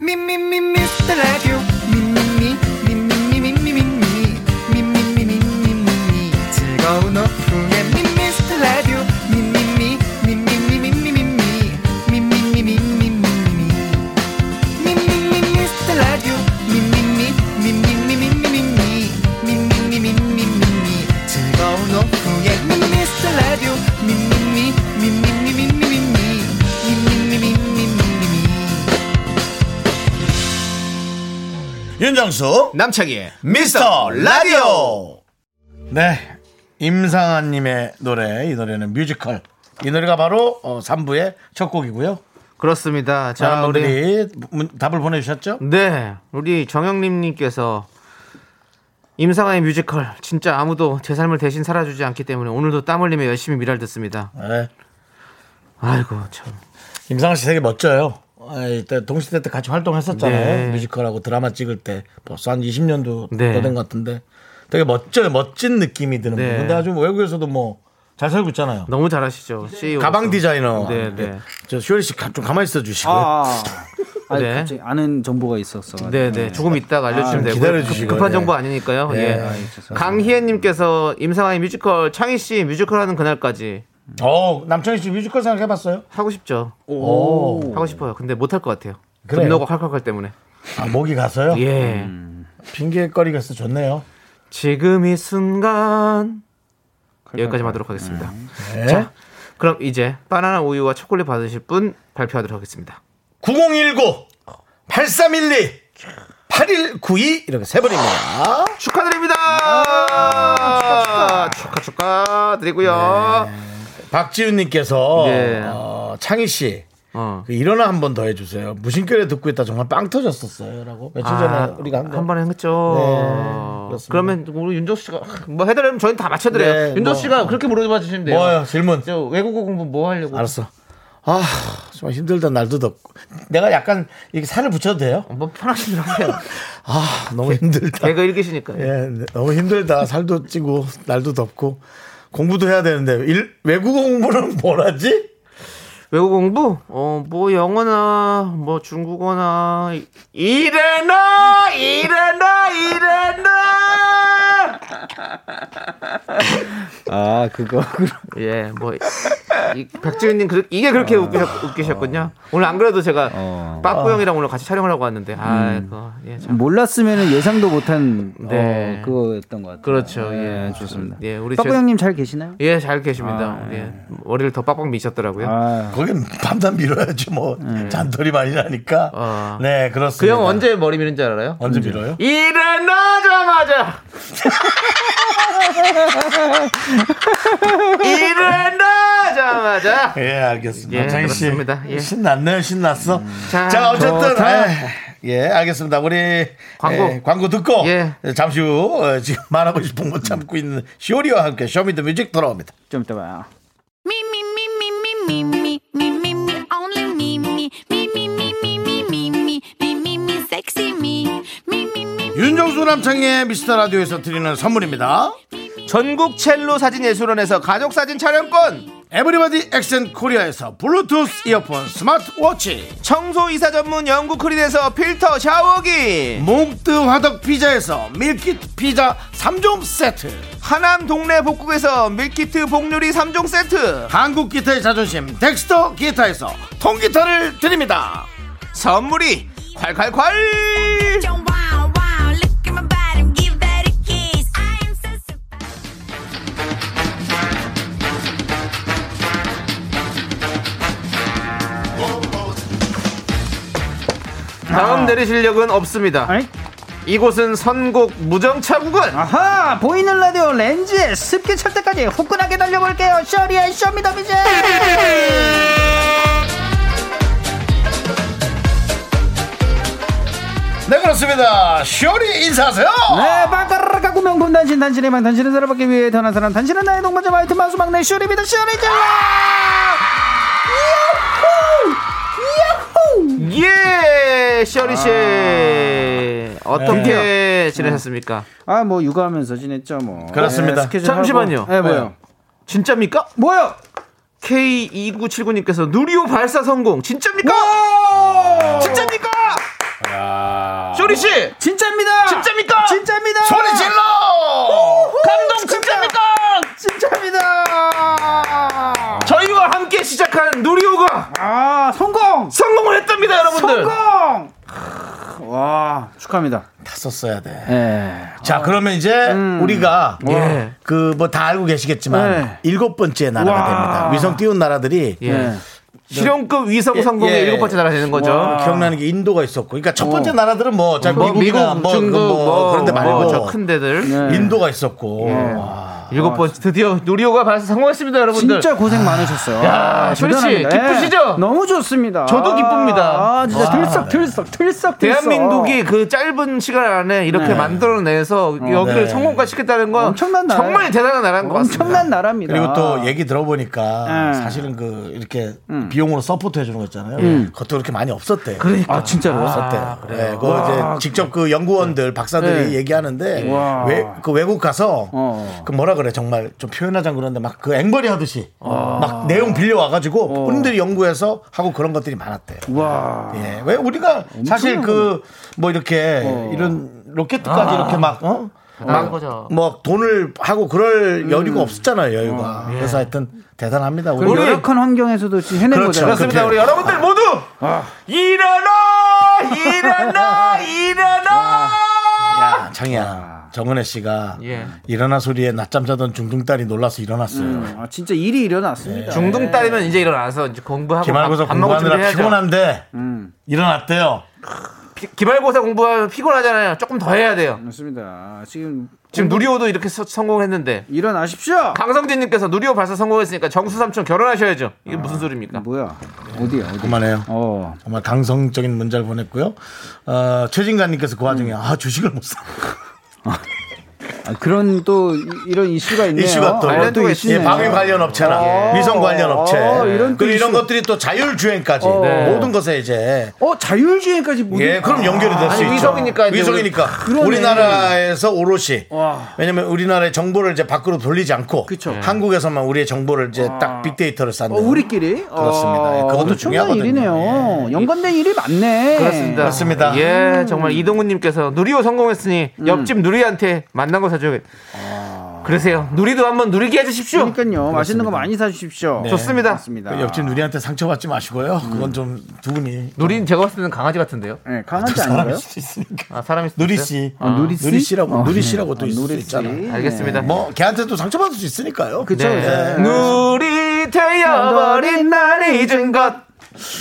[SPEAKER 6] 미미미 미스터 라디오 미미미 미미미 미미미 미미미 미미미 즐거운 오후에 미스터 라디오 미미미 미미미 미미미 미미미 미미미 미미미 미스터 라디오 미미미 미미미 미미미 미미미 미미미 즐거운 오후에 미스터 라디오 미미미 미미미 미미미 미미미 미미미
[SPEAKER 1] 윤정수
[SPEAKER 2] 남창희의
[SPEAKER 1] 미스터 라디오 네 임상아님의 노래 이 노래는 뮤지컬 이 노래가 바로 어, 3부의 첫 곡이고요
[SPEAKER 2] 그렇습니다.
[SPEAKER 1] 많은
[SPEAKER 2] 자, 우리.
[SPEAKER 1] 분들이 문- 답을 보내주셨죠
[SPEAKER 2] 네, 우리 정영림님께서 임상아의 뮤지컬 진짜 아무도 제 삶을 대신 살아주지 않기 때문에 오늘도 땀 흘리며 열심히 미랄 듣습니다.
[SPEAKER 1] 네.
[SPEAKER 2] 아이고 참.
[SPEAKER 1] 임상아 씨 되게 멋져요 아, 이때 동시대 때 같이 활동했었잖아요
[SPEAKER 2] 네.
[SPEAKER 1] 뮤지컬하고 드라마 찍을 때 벌써 한 20년도
[SPEAKER 2] 네.
[SPEAKER 1] 된 것 같은데 되게 멋져요 멋진 느낌이 드는
[SPEAKER 2] 네.
[SPEAKER 1] 분 근데 아주 외국에서도 뭐 잘 살고 있잖아요
[SPEAKER 2] 너무 잘하시죠. E CEO 로서.
[SPEAKER 1] 가방 디자이너
[SPEAKER 2] 네, 네.
[SPEAKER 1] 저 쇼리 씨 좀 가만히 있어 주시고요
[SPEAKER 7] 아, 아
[SPEAKER 2] 네.
[SPEAKER 7] 갑자기 아는 정보가 있었어.
[SPEAKER 2] 네, 네. 조금 이따가 알려주시면
[SPEAKER 1] 아,
[SPEAKER 2] 되고
[SPEAKER 1] 기다려주시고요.
[SPEAKER 2] 급한
[SPEAKER 1] 네.
[SPEAKER 2] 정보 아니니까요.
[SPEAKER 1] 네.
[SPEAKER 2] 예.
[SPEAKER 1] 아이,
[SPEAKER 2] 강희애님께서 임상아의 뮤지컬 창희 씨 뮤지컬 하는 그날까지
[SPEAKER 1] 어 남창희 씨 뮤지컬 생각해봤어요?
[SPEAKER 2] 하고 싶죠.
[SPEAKER 1] 오.
[SPEAKER 2] 하고 싶어요. 근데 못 할 것 같아요.
[SPEAKER 1] 그래요? 음.
[SPEAKER 2] 분노가 칼칼칼 때문에.
[SPEAKER 1] 아, 목이 가서요?
[SPEAKER 2] 예.
[SPEAKER 1] 핑계거리가 있어 좋네요.
[SPEAKER 2] 지금 이 순간 여기까지만 하도록 하겠습니다.
[SPEAKER 1] 네.
[SPEAKER 2] 자, 그럼 이제 바나나 우유와 초콜릿 받으실 분 발표하도록 하겠습니다.
[SPEAKER 1] 9019 8312 8192 이렇게 세 분입니다.
[SPEAKER 2] 축하드립니다.
[SPEAKER 1] 아,
[SPEAKER 2] 축하 축하 드리고요.
[SPEAKER 1] 네. 박지윤 님께서
[SPEAKER 2] 네.
[SPEAKER 1] 어, 창희 씨
[SPEAKER 2] 어.
[SPEAKER 1] 그 일어나 한 번 더 해주세요. 무심결에 듣고 있다 정말 빵 터졌었어요.라고 며칠 전에 우리가 아, 한 거.
[SPEAKER 2] 아, 한번
[SPEAKER 1] 네,
[SPEAKER 2] 했죠.
[SPEAKER 1] 그렇습니다.
[SPEAKER 2] 그러면 우리 윤정 씨가 뭐 해드리면 저희는 다 맞춰드려요.
[SPEAKER 1] 네,
[SPEAKER 2] 윤정
[SPEAKER 1] 뭐.
[SPEAKER 2] 씨가 그렇게 물어봐 주시면 돼요.
[SPEAKER 1] 뭐요? 질문.
[SPEAKER 2] 저 외국어 공부 뭐 하려고?
[SPEAKER 1] 알았어. 아 정말 힘들다 날도 덥고 내가 약간 이렇게 살을 붙여도 돼요?
[SPEAKER 2] 뭐 편하신 대로 하세요.
[SPEAKER 1] 아 너무 힘들다.
[SPEAKER 2] 개그 읽으시니까. 요
[SPEAKER 1] 예, 네, 너무 힘들다. 살도 찌고 날도 덥고 공부도 해야 되는데 일, 외국어 공부는 뭘 하지?
[SPEAKER 2] 외국 공부? 어, 뭐 영어나 뭐 중국어나 이- 이래나 이래나 이래나
[SPEAKER 7] 아 그거
[SPEAKER 2] 예, 뭐 이- 박지윤님 그, 이게 그렇게 웃기셨, 웃기셨군요. 오늘 안 그래도 제가
[SPEAKER 7] 어. 음.
[SPEAKER 2] 빠꾸 형이랑 오늘 같이 촬영을 하고 왔는데, 아, 그거 예, 참.
[SPEAKER 7] 몰랐으면 예상도 못한
[SPEAKER 2] 네.
[SPEAKER 7] 어, 그거였던 것 같아요.
[SPEAKER 2] 그렇죠.
[SPEAKER 7] 네,
[SPEAKER 2] 예,
[SPEAKER 7] 좋습니다.
[SPEAKER 2] 예, 우리
[SPEAKER 7] 빠꾸
[SPEAKER 2] 제-
[SPEAKER 7] 형님 잘 계시나요?
[SPEAKER 2] 예, 잘 계십니다.
[SPEAKER 7] 아,
[SPEAKER 2] 예, 머리를 더 빡빡 미셨더라고요.
[SPEAKER 7] 아,
[SPEAKER 1] 거긴 밤잠 밀어야지 뭐 잔돌이 많이 나니까.
[SPEAKER 2] 어.
[SPEAKER 1] 네 그렇습니다.
[SPEAKER 2] 음. 그 형 언제 머리 미는 줄 알아요?
[SPEAKER 1] 언제 밀어요?
[SPEAKER 2] 일어나자마자 일어나자마자
[SPEAKER 1] 예 알겠습니다.
[SPEAKER 2] 예,
[SPEAKER 1] 남창희 씨
[SPEAKER 2] 그렇습니다. 예. 음.
[SPEAKER 1] 신났네요. 신났어. 자,
[SPEAKER 2] 자,
[SPEAKER 1] 어쨌든
[SPEAKER 2] 좋다.
[SPEAKER 1] 에, 예 알겠습니다. 우리
[SPEAKER 2] 광고.
[SPEAKER 1] 예, 광고 듣고
[SPEAKER 2] 예.
[SPEAKER 1] 잠시 후 어, 지금 말하고 싶은 못 참고 있는 쇼리와 함께 쇼미더뮤직 돌아옵니다.
[SPEAKER 7] 좀 이따 봐요.
[SPEAKER 4] Me, me, me, me, me, me, me, me, me, me, only me, me, me, me, me, me, me, me, me, me, me, me, sexy me, me, me, me.
[SPEAKER 1] 윤정수 남창의 미스터 라디오에서 드리는 선물입니다.
[SPEAKER 2] 전국 첼로 사진 예술원에서 가족 사진 촬영권
[SPEAKER 1] 에브리바디 엑센 코리아에서 블루투스 이어폰 스마트워치
[SPEAKER 2] 청소이사 전문 영국 크린에서 필터 샤워기
[SPEAKER 1] 몽뜨 화덕 피자에서 밀키트 피자 3종 세트
[SPEAKER 2] 하남 동네 복국에서 밀키트 복요리 3종 세트
[SPEAKER 1] 한국 기타의 자존심 덱스터 기타에서 통기타를 드립니다
[SPEAKER 2] 선물이 콸콸콸
[SPEAKER 4] Wow, wow, look at my body, give that a kiss. I am so super.
[SPEAKER 2] 다음 내리실력은 없습니다.
[SPEAKER 7] 아니?
[SPEAKER 2] 이곳은 선곡 무정차국은
[SPEAKER 7] 아하 보이는 라디오 렌즈에 습기 찰 때까지 후끈하게 달려볼게요 쇼리의 쇼미더미즈
[SPEAKER 1] 네 그렇습니다 쇼리 인사하세요
[SPEAKER 7] 네 빵가르르 고 명품 단신 단신의 망 단신은 사랑받기 위해 태어난 사람 단신은 나의 동반자 마이트 마수 막내 쇼리입니다 쇼리죠
[SPEAKER 2] 예 시어리 씨 어떻게 지내셨습니까?
[SPEAKER 7] 아뭐 육아하면서 지냈죠 뭐
[SPEAKER 1] 그렇습니다.
[SPEAKER 7] 스케줄
[SPEAKER 2] 잠시만요.
[SPEAKER 7] 하고. 네 뭐요
[SPEAKER 2] 진짜입니까?
[SPEAKER 7] 뭐요
[SPEAKER 2] K2979님께서 누리호 발사 성공 진짜입니까? 진짜입니까? 쇼리 씨
[SPEAKER 7] 진짜입니다
[SPEAKER 2] 진짜입니까?
[SPEAKER 7] 진짜입니다
[SPEAKER 1] 소리 질러
[SPEAKER 2] 감동 진짜입니까?
[SPEAKER 7] 진짜입니다
[SPEAKER 2] 저희와 함께 시작한 누리호가
[SPEAKER 7] 아 성공
[SPEAKER 2] 성공을 했답니다 여러분들
[SPEAKER 7] 성공 와 축하합니다
[SPEAKER 1] 다 썼어야 돼
[SPEAKER 7] 예
[SPEAKER 1] 자 그러면 이제 우리가
[SPEAKER 2] 네. 아. 음. 예.
[SPEAKER 1] 그 뭐 다 알고 계시겠지만
[SPEAKER 7] 네.
[SPEAKER 1] 일곱 번째 나라가
[SPEAKER 7] 와.
[SPEAKER 1] 됩니다. 위성 띄운 나라들이
[SPEAKER 2] 예.
[SPEAKER 7] 예.
[SPEAKER 2] 실용급 위성 성공의
[SPEAKER 1] 예.
[SPEAKER 2] 일곱 번째 나라 되는 거죠
[SPEAKER 1] 기억나는 게 인도가 있었고, 그러니까 첫 번째
[SPEAKER 7] 어.
[SPEAKER 1] 나라들은 뭐, 자,
[SPEAKER 2] 뭐
[SPEAKER 1] 미국이나
[SPEAKER 2] 미국,
[SPEAKER 1] 뭐,
[SPEAKER 2] 중국,
[SPEAKER 1] 뭐,
[SPEAKER 2] 뭐,
[SPEAKER 1] 그런데 말고
[SPEAKER 2] 저큰 예. 데들
[SPEAKER 7] 네.
[SPEAKER 1] 인도가 있었고, 와.
[SPEAKER 2] 일곱
[SPEAKER 1] 아,
[SPEAKER 2] 번째 드디어 누리호가 발사 성공했습니다 여러분들
[SPEAKER 7] 진짜 고생 많으셨어요.
[SPEAKER 2] 야,
[SPEAKER 7] 아,
[SPEAKER 2] 쇼리 씨,
[SPEAKER 7] 대단합니다.
[SPEAKER 2] 기쁘시죠?
[SPEAKER 7] 예, 너무 좋습니다.
[SPEAKER 2] 저도 기쁩니다.
[SPEAKER 7] 아, 진짜 들썩 들썩 들썩 들썩.
[SPEAKER 2] 대한민국이 그 짧은 시간 안에 이렇게
[SPEAKER 7] 네.
[SPEAKER 2] 만들어내서 여기를
[SPEAKER 1] 네.
[SPEAKER 2] 성공과 시켰다는 건
[SPEAKER 7] 엄청난 나라.
[SPEAKER 2] 정말 대단한 나라인 것 같습니다
[SPEAKER 7] 엄청난 나라입니다.
[SPEAKER 1] 그리고 또 얘기 들어보니까
[SPEAKER 7] 예. 음.
[SPEAKER 1] 사실은 그 이렇게 비용으로 서포트 해주는 거 있잖아요. 그것도 그렇게 많이 없었대요.
[SPEAKER 7] 아 진짜로.
[SPEAKER 1] 없었대요. 네, 그거 이제 직접 그 연구원들, 박사들이
[SPEAKER 7] 네.
[SPEAKER 1] 얘기하는데
[SPEAKER 7] 와.
[SPEAKER 1] 외, 그 외국 가서
[SPEAKER 7] 어.
[SPEAKER 1] 그 뭐라 그래 정말 좀 표현하자면 그런데 막 그 앵벌이 하듯이 막 내용 빌려와가지고 본인들이 연구해서 하고 그런 것들이 많았대요.
[SPEAKER 7] 어. 와.
[SPEAKER 1] 예, 왜 우리가 사실 그 뭐 이렇게
[SPEAKER 7] 어.
[SPEAKER 1] 이런 로켓까지
[SPEAKER 7] 아.
[SPEAKER 1] 이렇게 막 어?
[SPEAKER 2] 대단한 거죠.
[SPEAKER 1] 뭐 돈을 하고 그럴 여유가 없었잖아요 여유가 그래서 하여튼 대단합니다 우리
[SPEAKER 7] 그리고 열악한 환경에서도 지금 해낸
[SPEAKER 1] 그렇죠.
[SPEAKER 7] 거잖아요.
[SPEAKER 2] 그렇습니다
[SPEAKER 1] 그렇게.
[SPEAKER 2] 우리 여러분들 모두
[SPEAKER 1] 아.
[SPEAKER 2] 일어나 일어나 일어나
[SPEAKER 1] 야, 창이야. 아, 정은혜 씨가
[SPEAKER 2] 예.
[SPEAKER 1] 일어나 소리에 낮잠 자던 중등 딸이 놀라서 일어났어요.
[SPEAKER 7] 아, 진짜 일이 일어났습니다.
[SPEAKER 2] 예.
[SPEAKER 7] 예.
[SPEAKER 2] 중등 딸이면 이제 일어나서 이제 공부하고
[SPEAKER 1] 네. 기말고사
[SPEAKER 2] 밥- 밥 먹고
[SPEAKER 1] 공부하느라
[SPEAKER 2] 준비해야죠.
[SPEAKER 1] 피곤한데 일어났대요.
[SPEAKER 2] 피- 기말고사 공부하면 피곤하잖아요 조금 더 해야 돼요
[SPEAKER 7] 그렇습니다. 지금
[SPEAKER 1] 음.
[SPEAKER 2] 지금 누리호도 이렇게 서- 성공했는데
[SPEAKER 7] 일어나십시오.
[SPEAKER 2] 아. 강성진님께서 누리호 발사 성공했으니까 정수 삼촌 결혼하셔야죠 이게 무슨 소리입니까
[SPEAKER 7] 뭐야? 어디야? 어디?
[SPEAKER 1] 그만해요.
[SPEAKER 7] 어.
[SPEAKER 1] 정말 강성적인 문자를 보냈고요. 어, 최진관님께서 그 와중에 아 주식을 못 사.
[SPEAKER 7] 아, 그런 또 이- 이런 이슈가 있네요.
[SPEAKER 1] 이슈가 또,
[SPEAKER 7] 아, 또
[SPEAKER 2] 예,
[SPEAKER 7] 이슈네.
[SPEAKER 1] 예, 방위 관련 업체나 위성 관련 업체
[SPEAKER 7] 어, 이런 또
[SPEAKER 1] 그리고 이런
[SPEAKER 7] 이슈.
[SPEAKER 1] 것들이 또 자율주행까지 모든 것에 이제
[SPEAKER 7] 어 자율주행까지 모두.
[SPEAKER 1] 예, 그럼 연결이 될 수
[SPEAKER 2] 아니,
[SPEAKER 1] 있죠.
[SPEAKER 2] 위성이니까 이제
[SPEAKER 1] 위성이니까.
[SPEAKER 7] 그러네.
[SPEAKER 1] 우리나라에서 오롯이.
[SPEAKER 7] 와.
[SPEAKER 1] 왜냐면 우리나라의 정보를 이제 밖으로 돌리지 않고 예.
[SPEAKER 7] 그쵸.
[SPEAKER 1] 한국에서만 우리의 정보를 이제 딱 빅데이터를 쌓는.
[SPEAKER 7] 어, 우리끼리 어,
[SPEAKER 1] 그렇습니다. 예, 그것도
[SPEAKER 7] 엄청난
[SPEAKER 1] 중요하거든요. 예,
[SPEAKER 7] 일이네요. 연관된 일이 많네.
[SPEAKER 2] 그렇습니다.
[SPEAKER 1] 그렇습니다.
[SPEAKER 2] 예, 정말 이동훈님께서 누리호 성공했으니 옆집 누리한테 만난 거 사줘요. 그러세요. 누리도 한번 누리게 해주십시오. 네,
[SPEAKER 7] 그러니까요. 맛있는 거 많이 사주십시오.
[SPEAKER 2] 좋습니다.
[SPEAKER 7] 좋습니다.
[SPEAKER 1] 그 옆집 누리한테 상처받지 마시고요. 그건 좀 두 분이
[SPEAKER 2] 누리는 제가 봤을 때는 강아지 같은데요.
[SPEAKER 7] 네, 강아지 아닌가요?
[SPEAKER 1] 수 있으니까.
[SPEAKER 2] 아, 사람이
[SPEAKER 1] 누리 씨,
[SPEAKER 7] 아, 누리 씨?
[SPEAKER 1] 누리 씨라고
[SPEAKER 7] 아,
[SPEAKER 1] 누리 씨라고 또
[SPEAKER 7] 아,
[SPEAKER 1] 있을
[SPEAKER 7] 누리
[SPEAKER 1] 수 있잖아.
[SPEAKER 7] 씨.
[SPEAKER 2] 알겠습니다.
[SPEAKER 1] 뭐 걔한테도 상처받을 수 있으니까요.
[SPEAKER 7] 그쵸.
[SPEAKER 2] 네.
[SPEAKER 7] 네.
[SPEAKER 2] 누리 되어버린 날 잊은 것.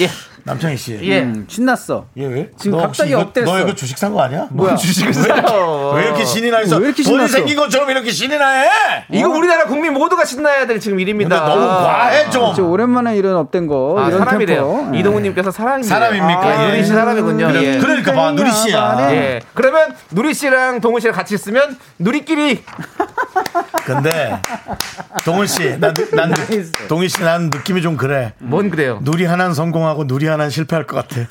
[SPEAKER 2] 예,
[SPEAKER 1] 남창희 씨.
[SPEAKER 2] 예.
[SPEAKER 7] 음, 신났어.
[SPEAKER 1] 얘 왜?
[SPEAKER 7] 지금
[SPEAKER 1] 예. 너
[SPEAKER 7] 갑자기
[SPEAKER 1] 혹시 이거-
[SPEAKER 7] 업됐어.
[SPEAKER 1] 너 이거 주식 산 거 아니야?
[SPEAKER 7] 뭐야? 어.
[SPEAKER 1] 주식을 사? 왜 이렇게 신이 나 있어?
[SPEAKER 7] 왜 이렇게
[SPEAKER 1] 돈이
[SPEAKER 7] 신났어?
[SPEAKER 1] 생긴 것처럼 이렇게 신이 나해?
[SPEAKER 2] 이거 우리나라 국민 모두가 신나야 될 지금
[SPEAKER 1] 근데
[SPEAKER 2] 일입니다.
[SPEAKER 1] 너무 과해 좀.
[SPEAKER 7] 저 그렇죠. 오랜만에 이런 업된 거.
[SPEAKER 2] 아,
[SPEAKER 7] 이런
[SPEAKER 2] 사람이래요.
[SPEAKER 7] 템포. 네. 예.
[SPEAKER 2] 이동훈님께서 사람입니다.
[SPEAKER 1] 사람입니까?
[SPEAKER 2] 아,
[SPEAKER 1] 예.
[SPEAKER 2] 누리 씨 사람이군요.
[SPEAKER 1] 그래,
[SPEAKER 2] 예.
[SPEAKER 1] 그러니까 봐 누리 씨야.
[SPEAKER 2] 예. 그러면 누리 씨랑 동훈 씨랑 같이 있으면 누리끼리
[SPEAKER 1] 근데 동훈 씨, 난, 난 동희 씨난 느낌이 좀 그래.
[SPEAKER 2] 뭔 그래요?
[SPEAKER 1] 누리 하나는 성공하고 누리 하나는 실패할 것 같아.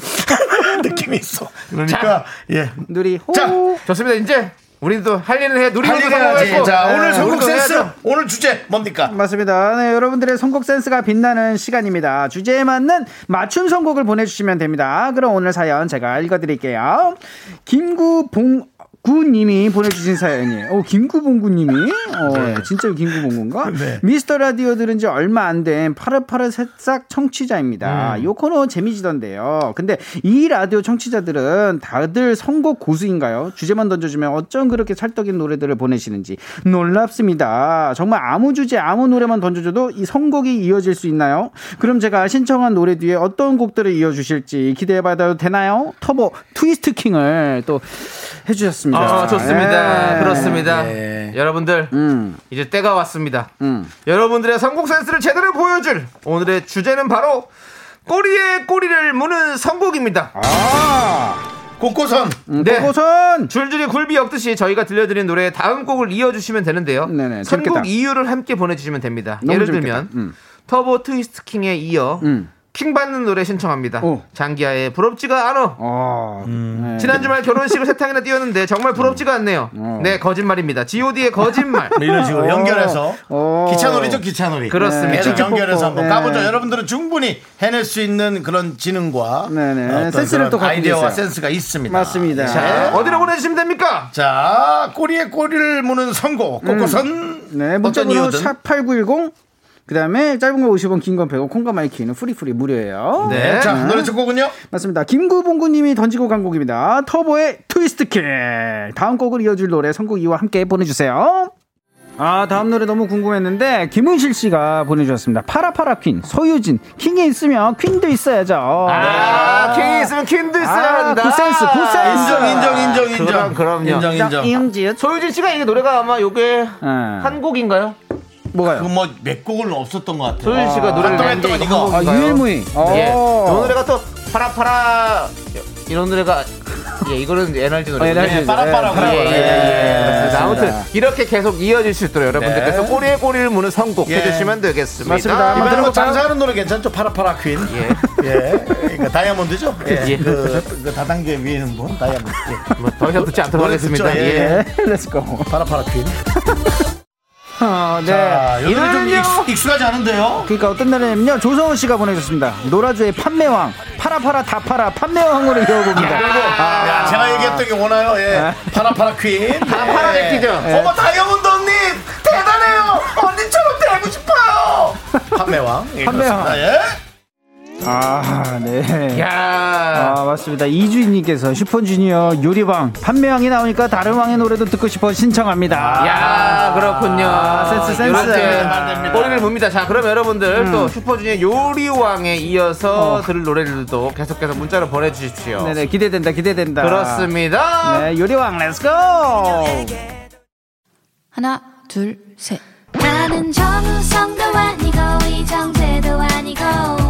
[SPEAKER 1] 느낌이 있어. 그러니까 예.
[SPEAKER 7] 누리 호.
[SPEAKER 1] 자,
[SPEAKER 2] 좋습니다. 이제 우리는 또 할 일은 해 누리고
[SPEAKER 1] 빨리 가야지.
[SPEAKER 2] 성공했고.
[SPEAKER 1] 자,
[SPEAKER 2] 네,
[SPEAKER 1] 예, 오늘 선곡
[SPEAKER 2] 우리도
[SPEAKER 1] 센스,
[SPEAKER 2] 해야죠.
[SPEAKER 1] 오늘 주제 뭡니까?
[SPEAKER 7] 맞습니다. 네, 여러분들의 선곡 센스가 빛나는 시간입니다. 주제에 맞는 맞춤 선곡을 보내주시면 됩니다. 그럼 오늘 사연 제가 읽어드릴게요. 김구봉 구님이 보내주신 사연이에요. 어, 김구봉구님이 어, 진짜 김구봉구인가? 미스터 라디오 들은 지 얼마 안 된 파릇파릇 새싹 청취자입니다.
[SPEAKER 2] 음.
[SPEAKER 7] 요 코너 재미지던데요. 근데 이 라디오 청취자들은 다들 선곡 고수인가요? 주제만 던져주면 어쩜 그렇게 찰떡인 노래들을 보내시는지 놀랍습니다. 정말 아무 주제 아무 노래만 던져줘도 이 선곡이 이어질 수 있나요? 그럼 제가 신청한 노래 뒤에 어떤 곡들을 이어주실지 기대해봐도 되나요? 터보 트위스트 킹을 또 해주셨습니다.
[SPEAKER 2] 아, 좋습니다.
[SPEAKER 7] 예.
[SPEAKER 2] 그렇습니다.
[SPEAKER 1] 네.
[SPEAKER 2] 여러분들,
[SPEAKER 7] 음,
[SPEAKER 2] 이제 때가 왔습니다.
[SPEAKER 7] 음.
[SPEAKER 2] 여러분들의 선곡 센스를 제대로 보여줄 오늘의 주제는 바로 꼬리에 꼬리를 무는 선곡입니다.
[SPEAKER 7] 아, 음,
[SPEAKER 1] 곳곳선.
[SPEAKER 2] 네.
[SPEAKER 7] 고선
[SPEAKER 2] 줄줄이 굴비 엮듯이 저희가 들려드린 노래의 다음 곡을 이어주시면 되는데요.
[SPEAKER 7] 네네,
[SPEAKER 2] 선곡
[SPEAKER 7] 재밌겠다.
[SPEAKER 2] 이유를 함께 보내주시면 됩니다.
[SPEAKER 7] 너무
[SPEAKER 2] 예를
[SPEAKER 7] 재밌겠다.
[SPEAKER 2] 들면
[SPEAKER 7] 음.
[SPEAKER 2] 터보 트위스트 킹에 이어
[SPEAKER 7] 음.
[SPEAKER 2] 킹 받는 노래 신청합니다.
[SPEAKER 7] 오.
[SPEAKER 2] 장기하의 부럽지가 않아.
[SPEAKER 7] 어, 네.
[SPEAKER 2] 지난 주말 결혼식을 세탕이나 뛰었는데 정말 부럽지가 않네요.
[SPEAKER 7] 어.
[SPEAKER 2] 네 거짓말입니다. G.O.D의 의 거짓말.
[SPEAKER 1] 뭐 이런 식으로 연결해서.
[SPEAKER 7] 어.
[SPEAKER 1] 기차놀이죠, 기차놀이.
[SPEAKER 2] 그렇습니다.
[SPEAKER 1] 쭉 연결해서 한번
[SPEAKER 7] 네.
[SPEAKER 1] 까보죠. 여러분들은 충분히 해낼 수 있는 그런 지능과
[SPEAKER 7] 네네.
[SPEAKER 1] 어떤
[SPEAKER 7] 센스를
[SPEAKER 1] 그런
[SPEAKER 7] 또 갖고
[SPEAKER 1] 아이디어와
[SPEAKER 7] 계세요.
[SPEAKER 1] 센스가 있습니다.
[SPEAKER 7] 맞습니다.
[SPEAKER 2] 자, 어디로 보내주시면 됩니까?
[SPEAKER 1] 자, 꼬리에 꼬리를 무는
[SPEAKER 2] 음.
[SPEAKER 1] 선곡. 곳곳선.
[SPEAKER 7] 네,
[SPEAKER 1] 어떤
[SPEAKER 7] 문자번호
[SPEAKER 1] 이유든.
[SPEAKER 7] 샵8910 그다음에 짧은 거 50원, 긴 건 100원, 콩과 마이키는 프리프리 무료예요.
[SPEAKER 2] 네.
[SPEAKER 1] 자, 노래 첫 곡은요?
[SPEAKER 7] 맞습니다. 김구봉구 님이 던지고 간 곡입니다. 터보의 트위스트 킬. 다음 곡을 이어줄 노래 선곡 이와 함께 보내주세요. 아, 다음 노래 너무 궁금했는데 김은실 씨가 보내주셨습니다. 파라파라 퀸, 서유진, 킹이 있으면 퀸도 있어야죠.
[SPEAKER 2] 아, 킹이 있으면 퀸도 있어야
[SPEAKER 7] 아,
[SPEAKER 2] 한다.
[SPEAKER 7] 굿센스, 굿센스.
[SPEAKER 1] 인정, 인정, 인정, 인정.
[SPEAKER 2] 아, 그럼, 그럼요.
[SPEAKER 1] 인정, 인정.
[SPEAKER 7] 이응지읒.
[SPEAKER 2] 예, 소유진 씨가 이 노래가 아마 요게
[SPEAKER 7] 한
[SPEAKER 2] 한 곡인가요?
[SPEAKER 7] 예. 뭐가요?
[SPEAKER 1] 그뭐몇 곡은 없었던 것 같아요.
[SPEAKER 2] 소유진 씨가 노래를
[SPEAKER 1] 한동안
[SPEAKER 2] 낸게
[SPEAKER 1] 했던
[SPEAKER 2] 이거
[SPEAKER 1] 거.
[SPEAKER 2] 한
[SPEAKER 7] 아,
[SPEAKER 2] 곡인가요?
[SPEAKER 7] 유일무이.
[SPEAKER 2] 예.
[SPEAKER 7] 오.
[SPEAKER 2] 이 노래가 또 파라파라 이런 노래가 예, 이거는 NRG 노래.
[SPEAKER 7] 어, NRG.
[SPEAKER 1] 예, 빠라빠라고.
[SPEAKER 2] 예, 예, 예, 예. 그렇습니다. 네.
[SPEAKER 7] 맞습니다.
[SPEAKER 2] 아무튼 이렇게 계속 이어질 수 있도록 여러분들께서 꼬리에 꼬리를 무는 선곡 해주시면 되겠습니다.
[SPEAKER 7] 맞습니다. 한번
[SPEAKER 1] 이번에 뭐
[SPEAKER 7] 들어볼까요?
[SPEAKER 1] 장사하는 노래 괜찮죠? 파라파라 퀸. 예. 그러니까 다이아몬드죠? 예.
[SPEAKER 2] 예.
[SPEAKER 1] 그, 그 다단계 위에 있는 분, 다이아몬드. 예.
[SPEAKER 2] 더 이상 듣지 않도록
[SPEAKER 1] 노래 듣죠?
[SPEAKER 2] 하겠습니다. 예.
[SPEAKER 7] 네, 렛츠고.
[SPEAKER 1] 파라파라 퀸.
[SPEAKER 7] 어, 네.
[SPEAKER 1] 자, 이 노래 좀
[SPEAKER 2] 이거는요.
[SPEAKER 1] 익숙, 익숙하지 않은데요?
[SPEAKER 7] 그러니까 어떤 날에는요 조성훈 씨가 보내주셨습니다. 노라조의 판매왕 파라파라 다 파라 판매왕으로 이어봅니다. 아,
[SPEAKER 1] 야, 제가 얘기했던 게 오나요? 예. 파라파라 퀸.
[SPEAKER 2] 파라 퀸이죠.
[SPEAKER 1] 예. 어머, 다이아몬드 언니! 대단해요! 언니처럼 되고 싶어요! 판매왕. 예,
[SPEAKER 7] 판매왕.
[SPEAKER 1] 그렇습니다. 예.
[SPEAKER 2] 예.
[SPEAKER 7] 아, 네.
[SPEAKER 2] 야.
[SPEAKER 7] 아 맞습니다. 이주인님께서 슈퍼주니어 요리왕 판매왕이 나오니까 다른 왕의 노래도 듣고 싶어 신청합니다.
[SPEAKER 2] 야 그렇군요.
[SPEAKER 7] 아, 센스, 음. 센스.
[SPEAKER 1] 안
[SPEAKER 2] 이렇게
[SPEAKER 1] 됩니다.
[SPEAKER 2] 꼬리를 봅니다. 자 그럼 여러분들 또 슈퍼주니어 요리왕에 이어서 들을 노래들도 계속해서 문자로 보내주십시오.
[SPEAKER 7] 네네 기대된다 기대된다.
[SPEAKER 2] 그렇습니다.
[SPEAKER 7] 네 요리왕 렛츠고.
[SPEAKER 4] 하나, 둘, 셋.
[SPEAKER 5] 나는 정우성도 아니고 이정재도 아니고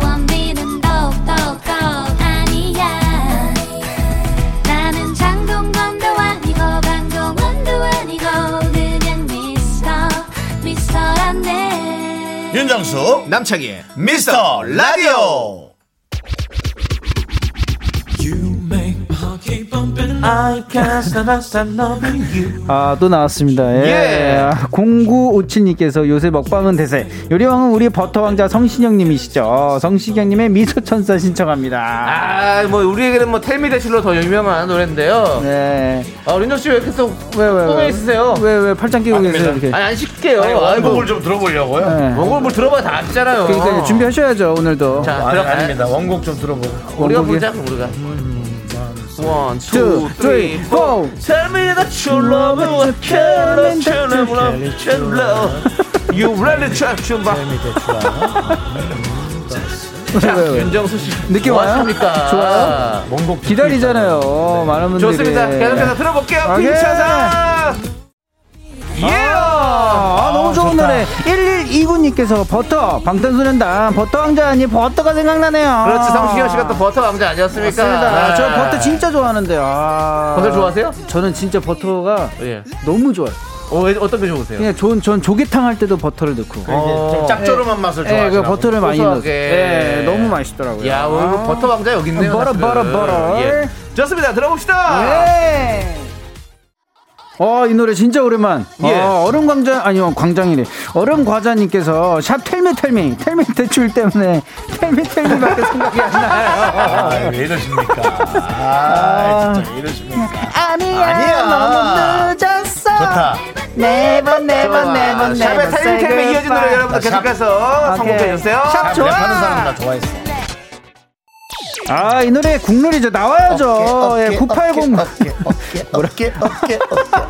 [SPEAKER 5] 원빈은 더욱더 아니야 나는 장동건도 아니고 강동원도 아니고 그냥 미스터 미스터란데
[SPEAKER 1] 윤정수 남창희 미스터 라디오
[SPEAKER 3] You make my heart keep bumping. I can't stop, I stop loving you.
[SPEAKER 7] 아 또 나왔습니다. 예.
[SPEAKER 2] 예.
[SPEAKER 7] 공구오치님께서 요새 먹방은 대세. 요리왕은 우리 버터 왕자 성신영님이시죠. 성신영님의 미소 천사 신청합니다.
[SPEAKER 2] 아, 뭐 우리에게는 뭐 텔미대실로 더 유명한 노래인데요.
[SPEAKER 7] 네.
[SPEAKER 2] 아, 린정 씨왜 이렇게 또
[SPEAKER 7] 왜, 왜,
[SPEAKER 2] 뽕에
[SPEAKER 7] 왜?
[SPEAKER 2] 있으세요?
[SPEAKER 7] 왜, 왜 팔짱 끼고 계세요, 이렇게.
[SPEAKER 2] 아니 안 쉽게요.
[SPEAKER 1] 아니,
[SPEAKER 2] 아이고.
[SPEAKER 1] 원곡을 좀뭐 들어보려고요
[SPEAKER 7] 네.
[SPEAKER 2] 원곡을 뭘 들어봐야 다 아시잖아요.
[SPEAKER 7] 그러니까 이제 준비하셔야죠, 오늘도.
[SPEAKER 2] 자,
[SPEAKER 1] 아니,
[SPEAKER 2] 들어가.
[SPEAKER 1] 아닙니다 원곡 좀 들어보고
[SPEAKER 2] 우리가
[SPEAKER 7] 원곡이. 음,
[SPEAKER 2] 보자 우리가. 원, 투,
[SPEAKER 7] two, three,
[SPEAKER 2] 쓰리, 포.
[SPEAKER 7] four.
[SPEAKER 2] Tell me that you love me, what can I tell you love, you love. You really try to buy. 자,
[SPEAKER 7] 왜, 왜?
[SPEAKER 2] 윤정수 씨.
[SPEAKER 7] 느낌
[SPEAKER 2] 뭐
[SPEAKER 7] 와요?
[SPEAKER 2] 하십니까? 네.
[SPEAKER 7] 좋아요?
[SPEAKER 1] 원곡
[SPEAKER 7] 기다리잖아요, 많은 분들이.
[SPEAKER 2] 좋습니다. 계속해서 들어볼게요.
[SPEAKER 7] 예.
[SPEAKER 2] 빈차사. 예.
[SPEAKER 7] 아, 너무 좋은 노래. 1129님께서 버터, 방탄소년단, 버터 왕자 아니 버터가 생각나네요.
[SPEAKER 2] 그렇지 성시경 씨가 또 버터 왕자 아니었습니까?
[SPEAKER 7] 아. 맞습니다.
[SPEAKER 2] 네.
[SPEAKER 7] 저 버터 진짜 좋아하는데요. 아.
[SPEAKER 2] 버터 좋아하세요?
[SPEAKER 7] 저는 진짜 버터가
[SPEAKER 2] 예.
[SPEAKER 7] 너무 좋아요.
[SPEAKER 2] 어, 어떤 게 좋으세요? 어.
[SPEAKER 7] 그냥 전, 전 조개탕 할 때도 버터를 넣고.
[SPEAKER 2] 그
[SPEAKER 1] 좀 짭조름한 맛을
[SPEAKER 7] 예, 그
[SPEAKER 1] 좋아하시나
[SPEAKER 7] 버터를 많이 넣어서.
[SPEAKER 2] 소소하게.
[SPEAKER 7] 예, 너무 맛있더라고요. 아.
[SPEAKER 2] 야, 오늘 그 버터 왕자 여기 있네요. 예.
[SPEAKER 7] 버터,
[SPEAKER 2] 사실은.
[SPEAKER 7] 버터, 버터.
[SPEAKER 2] 예. 좋습니다. 들어봅시다.
[SPEAKER 7] 예. 어, 이 노래 진짜 오랜만.
[SPEAKER 2] 예.
[SPEAKER 7] 어, 얼음 광장, 아니요, 광장이래. 얼음 과자님께서 샵 텔미 텔미, 텔미 대출 때문에 텔미 텔미밖에 생각이 안 나요.
[SPEAKER 1] 아, 왜 이러십니까? 아, 진짜 왜 이러십니까?
[SPEAKER 7] 아니야,
[SPEAKER 1] 아니야.
[SPEAKER 7] 너무 늦었어.
[SPEAKER 1] 좋다.
[SPEAKER 7] 네번, 네번, 네번,
[SPEAKER 2] 아, 샵의
[SPEAKER 7] 네번.
[SPEAKER 2] 타임 템에 이어진 노래 여러분들
[SPEAKER 1] 자, 샵.
[SPEAKER 2] 계속해서 성공해 주세요.
[SPEAKER 7] 샵
[SPEAKER 1] 참
[SPEAKER 7] 좋아.
[SPEAKER 1] 랩하는 사람 다 좋아했어.
[SPEAKER 7] 아, 이 노래 국룰이죠. 나와야죠. 예, 980.
[SPEAKER 1] 어깨, 어깨,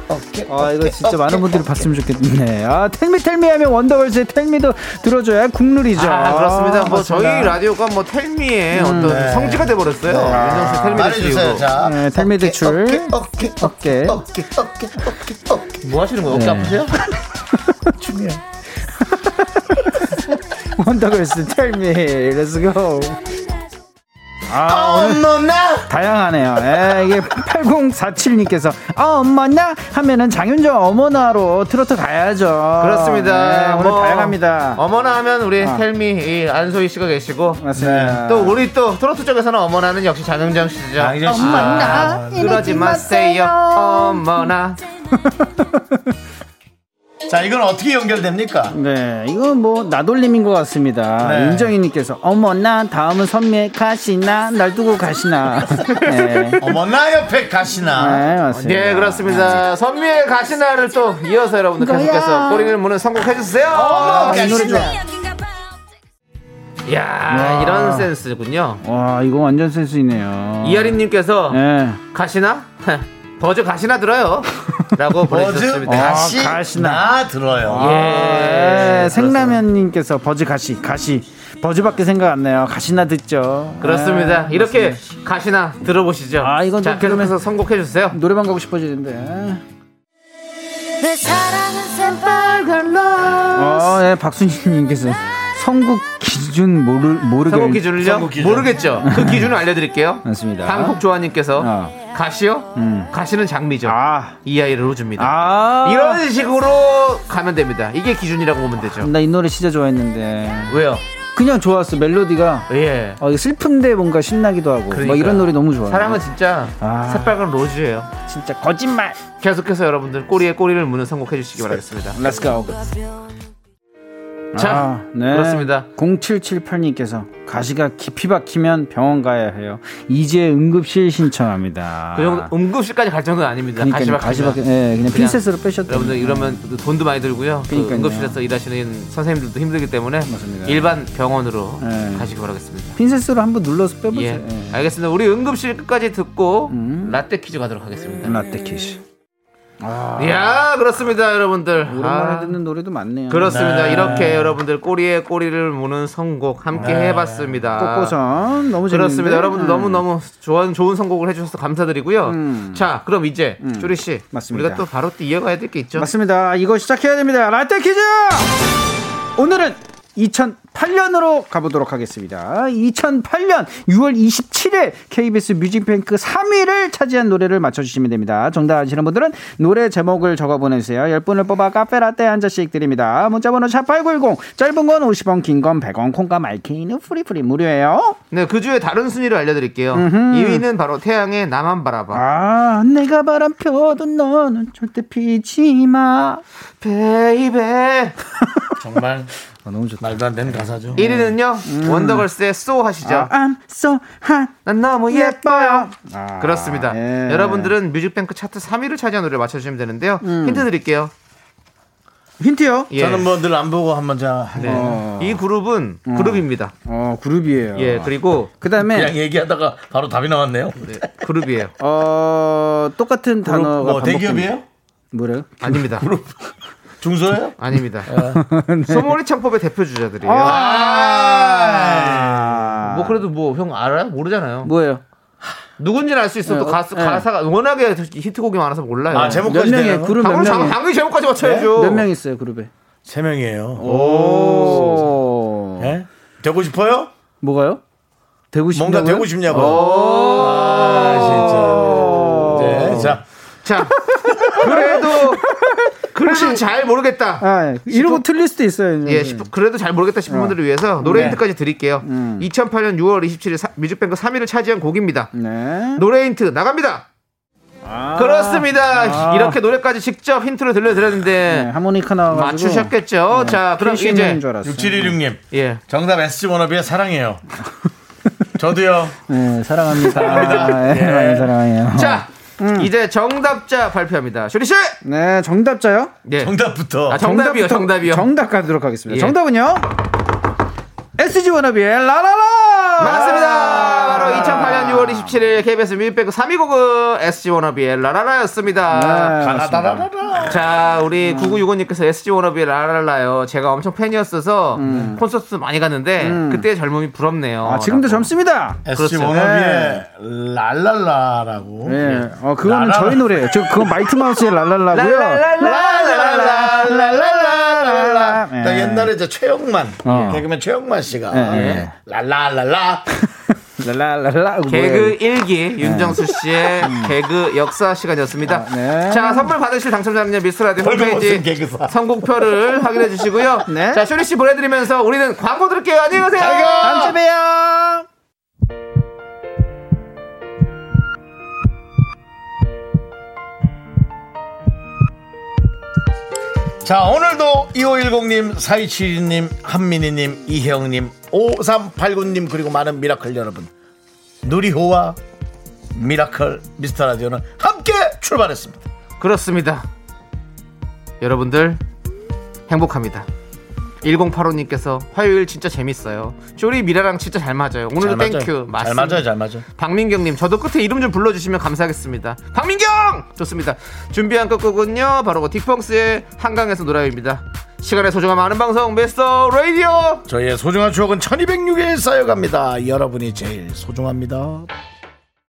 [SPEAKER 1] 어깨,
[SPEAKER 7] 아 이거 진짜 많은 분들이 봤으면 좋겠네. 아 텔미 텔미 하면 원더걸스의 텔미도 들어줘야 국룰이죠.
[SPEAKER 2] 아, 그렇습니다. 뭐 저희
[SPEAKER 7] 맞습니다.
[SPEAKER 2] 라디오가 뭐 텔미의 어떤 성지가 돼 버렸어요. 윤정 씨 텔미
[SPEAKER 1] 네. 아, 말해주세요.
[SPEAKER 2] 대출이고.
[SPEAKER 1] 자,
[SPEAKER 7] 네, 텔미 대출.
[SPEAKER 1] 어깨, 어깨,
[SPEAKER 7] 어깨.
[SPEAKER 1] 어깨, 어깨, 어깨, 어깨, 어깨.
[SPEAKER 2] 뭐 하시는 거예요?
[SPEAKER 7] 네.
[SPEAKER 1] 아프세요?
[SPEAKER 7] 원더걸스 텔미. Let's go. 아,
[SPEAKER 1] 어머나.
[SPEAKER 7] 다양하네요. 예, 이게 8047님께서 아 엄마나 하면은 장윤정 어머나로 트로트 가야죠.
[SPEAKER 2] 그렇습니다. 뭐
[SPEAKER 7] 네, 오늘 다양합니다.
[SPEAKER 2] 어머나 하면 우리 텔미 이 안소희 씨가 계시고
[SPEAKER 7] 맞습니다.
[SPEAKER 2] 네, 또 우리 또 트로트 쪽에서는 어머나는 역시 장윤정 씨죠.
[SPEAKER 1] 장윤정 씨. 아.
[SPEAKER 2] 어머나 그러지 마세요. 어머나.
[SPEAKER 1] 자, 이건 어떻게 연결됩니까?
[SPEAKER 7] 네, 이건 뭐 나돌림인 것 같습니다.
[SPEAKER 1] 네.
[SPEAKER 7] 윤정희님께서 어머나 다음은 선미에 가시나 날 두고 가시나. 네, 네
[SPEAKER 1] 어머나 옆에 가시나.
[SPEAKER 7] 맞습니다.
[SPEAKER 2] 네 그렇습니다. 선미의 가시나를 또 이어서 여러분들 계속해서 꼬리를 무는 선곡해 주세요.
[SPEAKER 1] 어머,
[SPEAKER 7] 아, 이 노래
[SPEAKER 1] 가시나.
[SPEAKER 2] 이야 이런 센스군요.
[SPEAKER 7] 와 이거 완전 센스 있네요.
[SPEAKER 2] 이하린님께서
[SPEAKER 7] 어.
[SPEAKER 2] 아,
[SPEAKER 7] 네.
[SPEAKER 2] 가시나 버즈 가시나 들어요. 라고
[SPEAKER 1] 버즈 아,
[SPEAKER 2] 보내주셨습니다.
[SPEAKER 1] 가시
[SPEAKER 7] 아, 가시나.
[SPEAKER 1] 나 들어요.
[SPEAKER 2] 예.
[SPEAKER 7] 네, 생라면님께서 버즈 가시 가시 버즈밖에 생각 안 나요. 가시나 듣죠.
[SPEAKER 2] 그렇습니다.
[SPEAKER 7] 네,
[SPEAKER 2] 이렇게 가시나 들어보시죠.
[SPEAKER 7] 아, 이건
[SPEAKER 2] 자,
[SPEAKER 7] 좀 들으면-
[SPEAKER 2] 계속해서 선곡해 주세요.
[SPEAKER 7] 노래방 가고 싶어지는데.
[SPEAKER 5] 내 사랑은 샘빨간
[SPEAKER 7] 어, 네, 박순희님께서 선국 기준 모르 모르게.
[SPEAKER 2] 선곡 기준을요?
[SPEAKER 1] 기준.
[SPEAKER 2] 모르겠죠. 그 기준을 알려드릴게요.
[SPEAKER 7] 맞습니다.
[SPEAKER 2] 방콕 조아님께서
[SPEAKER 7] 어.
[SPEAKER 2] 가시요? 가시는 장미죠.
[SPEAKER 7] 아,
[SPEAKER 2] 이 아이를 줍니다.
[SPEAKER 7] 아,
[SPEAKER 2] 이런 식으로 가면 됩니다. 이게 기준이라고 보면 되죠.
[SPEAKER 7] 나 이 노래 진짜 좋아했는데
[SPEAKER 2] 왜요?
[SPEAKER 7] 그냥 좋았어 멜로디가
[SPEAKER 2] 예.
[SPEAKER 7] 어, 이거 슬픈데 뭔가 신나기도 하고
[SPEAKER 2] 그러니까요.
[SPEAKER 7] 막 이런 노래 너무 좋아요
[SPEAKER 2] 사랑은 진짜
[SPEAKER 7] 아.
[SPEAKER 2] 새빨간 로즈예요.
[SPEAKER 7] 진짜 거짓말
[SPEAKER 2] 계속해서 여러분들 꼬리에 꼬리를 무는 선곡해 주시기 바라겠습니다.
[SPEAKER 7] Let's go
[SPEAKER 2] 자,
[SPEAKER 7] 아, 네.
[SPEAKER 2] 그렇습니다.
[SPEAKER 7] 0778님께서 가시가 깊이 박히면 병원 가야 해요 이제 응급실 신청합니다
[SPEAKER 2] 그 정도 응급실까지 갈 정도는 아닙니다.
[SPEAKER 7] 아. 그러니까 가시박
[SPEAKER 2] 가시밭.
[SPEAKER 7] 예 그냥 핀셋으로 빼셨다
[SPEAKER 2] 여러분들 이러면 돈도 많이 들고요. 그
[SPEAKER 7] 그러니까요.
[SPEAKER 2] 응급실에서 일하시는 선생님들도 힘들기 때문에 일반 병원으로
[SPEAKER 7] 네.
[SPEAKER 2] 가시기 바라겠습니다.
[SPEAKER 7] 핀셋으로 한번 눌러서 빼보세요
[SPEAKER 2] 예.
[SPEAKER 7] 예.
[SPEAKER 2] 알겠습니다. 우리 응급실 끝까지 듣고
[SPEAKER 7] 음.
[SPEAKER 2] 라떼 퀴즈 가도록 하겠습니다.
[SPEAKER 7] 라떼 퀴즈
[SPEAKER 2] 이야, 그렇습니다, 여러분들.
[SPEAKER 7] 아. 오랜만에
[SPEAKER 2] 아,
[SPEAKER 7] 듣는 노래도 많네요
[SPEAKER 2] 그렇습니다. 이렇게 여러분들 꼬리에 꼬리를 무는 선곡 함께
[SPEAKER 7] 네.
[SPEAKER 2] 해봤습니다.
[SPEAKER 7] 꽃고선 너무 재밌는데
[SPEAKER 2] 그렇습니다. 여러분들
[SPEAKER 7] 음.
[SPEAKER 2] 너무 너무 좋은 좋은 선곡을 해주셔서 감사드리고요. 자, 그럼 이제 쭈리 씨,
[SPEAKER 7] 음. 맞습니다.
[SPEAKER 2] 우리가 또 바로 또 이어가야 될 게 있죠.
[SPEAKER 7] 맞습니다. 이거 시작해야 됩니다. 라떼 퀴즈! 오늘은 2008년으로 가보도록 하겠습니다. 2008년 6월 27일 KBS 뮤직뱅크 3위를 차지한 노래를 맞춰주시면 됩니다. 정답 아시는 분들은 노래 제목을 적어 보내주세요. 10분을 뽑아 카페 라떼 한 잔씩 드립니다. 문자번호 샵8910 짧은 건 50원 긴 건 100원 콩과 말케이는 프리프리 무료예요.
[SPEAKER 2] 네, 그 주에 다른 순위를 알려드릴게요. 2위는 바로 태양의 나만 바라봐.
[SPEAKER 7] 아 내가 바람 펴도 너는 절대 피지 마. 네.
[SPEAKER 2] 베이베.
[SPEAKER 1] 정말
[SPEAKER 7] 어,
[SPEAKER 1] 너무 좋다. 말도 안 되는 가사죠.
[SPEAKER 2] 1위는요
[SPEAKER 7] 음.
[SPEAKER 2] 원더걸스의 쏘 하시죠.
[SPEAKER 7] I'm so hot.
[SPEAKER 2] 난 너무 예뻐요.
[SPEAKER 7] 아,
[SPEAKER 2] 그렇습니다.
[SPEAKER 7] 예.
[SPEAKER 2] 여러분들은 뮤직뱅크 차트 3위를 차지한 노래 맞춰주시면 되는데요.
[SPEAKER 7] 음.
[SPEAKER 2] 힌트 드릴게요.
[SPEAKER 7] 힌트요?
[SPEAKER 2] 예.
[SPEAKER 1] 저는 뭐 어. 늘 안 보고 한번 자
[SPEAKER 2] 네. 이 그룹은 그룹입니다.
[SPEAKER 7] 음. 어 그룹이에요.
[SPEAKER 2] 예, 그리고
[SPEAKER 7] 그다음에
[SPEAKER 1] 그냥 얘기하다가 바로 답이 나왔네요.
[SPEAKER 2] 네, 그룹이에요.
[SPEAKER 7] 어 똑같은 단어가
[SPEAKER 1] 뭐
[SPEAKER 7] 반복됩니다.
[SPEAKER 1] 대기업이에요?
[SPEAKER 7] 뭐래요?
[SPEAKER 2] 아닙니다.
[SPEAKER 1] 중소예요?
[SPEAKER 2] 아닙니다.
[SPEAKER 7] 어. 네.
[SPEAKER 2] 소머리 창법의 대표 주자들이에요.
[SPEAKER 7] 아
[SPEAKER 2] 뭐 그래도 뭐 형 알아요? 모르잖아요.
[SPEAKER 7] 뭐예요?
[SPEAKER 2] 누군지는 알 수 있어도
[SPEAKER 7] 네,
[SPEAKER 2] 가수,
[SPEAKER 7] 어, 네.
[SPEAKER 2] 가사가 워낙에 히트곡이 많아서 몰라요.
[SPEAKER 1] 아
[SPEAKER 7] 몇
[SPEAKER 1] 제목까지
[SPEAKER 7] 명의
[SPEAKER 1] 되나요?
[SPEAKER 7] 그룹 몇
[SPEAKER 2] 당연히,
[SPEAKER 7] 명이
[SPEAKER 2] 당연히 제목까지 맞춰야죠.
[SPEAKER 7] 네? 몇명 있어요 그룹에?
[SPEAKER 1] 세 명이에요.
[SPEAKER 7] 오
[SPEAKER 1] 예? 되고 싶어요?
[SPEAKER 7] 뭐가요? 되고 싶
[SPEAKER 1] 뭔가 되고 싶냐고. 아, 진짜. 네, 자,
[SPEAKER 2] 자, 그래도 그래도 잘 모르겠다.
[SPEAKER 7] 아 네. 어. 이러고 틀릴 수도 있어요.
[SPEAKER 2] 예, 싶- 그래도 잘 모르겠다 싶은 분들을 위해서 노래
[SPEAKER 7] 네.
[SPEAKER 2] 힌트까지 드릴게요.
[SPEAKER 7] 음.
[SPEAKER 2] 2008년 6월 27일 사- 뮤직뱅크 3위를 차지한 곡입니다.
[SPEAKER 7] 네.
[SPEAKER 2] 노래 힌트 나갑니다.
[SPEAKER 7] 아,
[SPEAKER 2] 그렇습니다. 이렇게 노래까지 직접 힌트를
[SPEAKER 7] 네,
[SPEAKER 2] 들려드렸는데
[SPEAKER 7] 하모니카 나와가지고 네.
[SPEAKER 2] 맞추셨겠죠? 자, 그럼
[SPEAKER 7] KCM
[SPEAKER 2] 이제
[SPEAKER 7] 인줄 알았어요.
[SPEAKER 1] 6716님.
[SPEAKER 2] 예.
[SPEAKER 1] 정답 SG 워너비의 사랑해요. 저도요.
[SPEAKER 7] 네, 사랑합니다. 아, 예, 많이 사랑해요.
[SPEAKER 2] 자,
[SPEAKER 7] 어. 음.
[SPEAKER 2] 이제 정답자 발표합니다. 쇼리 씨.
[SPEAKER 7] 네, 정답자요?
[SPEAKER 2] 예.
[SPEAKER 1] 정답부터.
[SPEAKER 2] 아, 정답이요, 정답이요.
[SPEAKER 7] 정답 가도록 하겠습니다.
[SPEAKER 2] 예.
[SPEAKER 7] 정답은요? SG 워너비의 라라라!
[SPEAKER 2] 맞습니다. 아,
[SPEAKER 7] 아.
[SPEAKER 2] 바로 2008년 6월 27일 KBS 뮤직뱅크 3위 곡은 SG 워너비의 라라라였습니다.
[SPEAKER 7] 네.
[SPEAKER 1] 가나다라라라.
[SPEAKER 2] 자, 우리 9965님께서 SG 워너비의 라라라요. 제가 엄청 팬이었어서 콘서트 많이 갔는데 그때의 젊음이 부럽네요.
[SPEAKER 7] 음. 아, 지금도
[SPEAKER 2] 라고.
[SPEAKER 7] 젊습니다.
[SPEAKER 1] SG
[SPEAKER 2] 그렇죠.
[SPEAKER 1] 워너비의 랄랄라라고.
[SPEAKER 7] 예. 어, 그거는
[SPEAKER 1] 라라라.
[SPEAKER 7] 저희 노래예요. 저 그건 마이트 마우스의 랄랄라고요.
[SPEAKER 1] 랄랄랄랄랄랄랄랄라.
[SPEAKER 7] 예.
[SPEAKER 1] 나 옛날에 저 최영만
[SPEAKER 7] 어.
[SPEAKER 1] 개그맨 최영만 씨가
[SPEAKER 7] 예.
[SPEAKER 1] 랄랄랄라
[SPEAKER 7] 랄랄랄라.
[SPEAKER 2] 개그 1기 윤정수 씨의 개그 역사 시간이었습니다.
[SPEAKER 7] 네. 음. 아, 네.
[SPEAKER 2] 자, 선물 받으실 당첨자는요. 미스라디
[SPEAKER 1] 벌금 없음
[SPEAKER 2] 홈페이지
[SPEAKER 1] 개그사.
[SPEAKER 2] 선곡표를 확인해 주시고요.
[SPEAKER 7] 네.
[SPEAKER 2] 자, 쇼리 씨 보내드리면서 우리는 광고 들을게요. 안녕히 가세요.
[SPEAKER 7] 다음 주에 봬요.
[SPEAKER 1] 자 오늘도 2510님 4272님 한민희님 이혜영님 5389님 그리고 많은 미라클 여러분 누리호와 미라클 미스터라디오는 함께 출발했습니다
[SPEAKER 2] 그렇습니다. 여러분들 행복합니다. 1085님께서 화요일 진짜 재밌어요. 쇼리 미라랑 진짜 잘 맞아요. 오늘도
[SPEAKER 1] 잘
[SPEAKER 2] 땡큐.
[SPEAKER 1] 맞아요. 잘 맞아요 잘 맞아요
[SPEAKER 2] 박민경님, 저도 끝에 이름 좀 불러주시면 감사하겠습니다. 박민경! 좋습니다. 준비한 끝곡은요, 바로 딕펑스의 한강에서 놀아요입니다. 시간의 소중함 아는 방송, 메스터 라디오!
[SPEAKER 1] 저희의 소중한 추억은 1206일 쌓여갑니다 여러분이 제일 소중합니다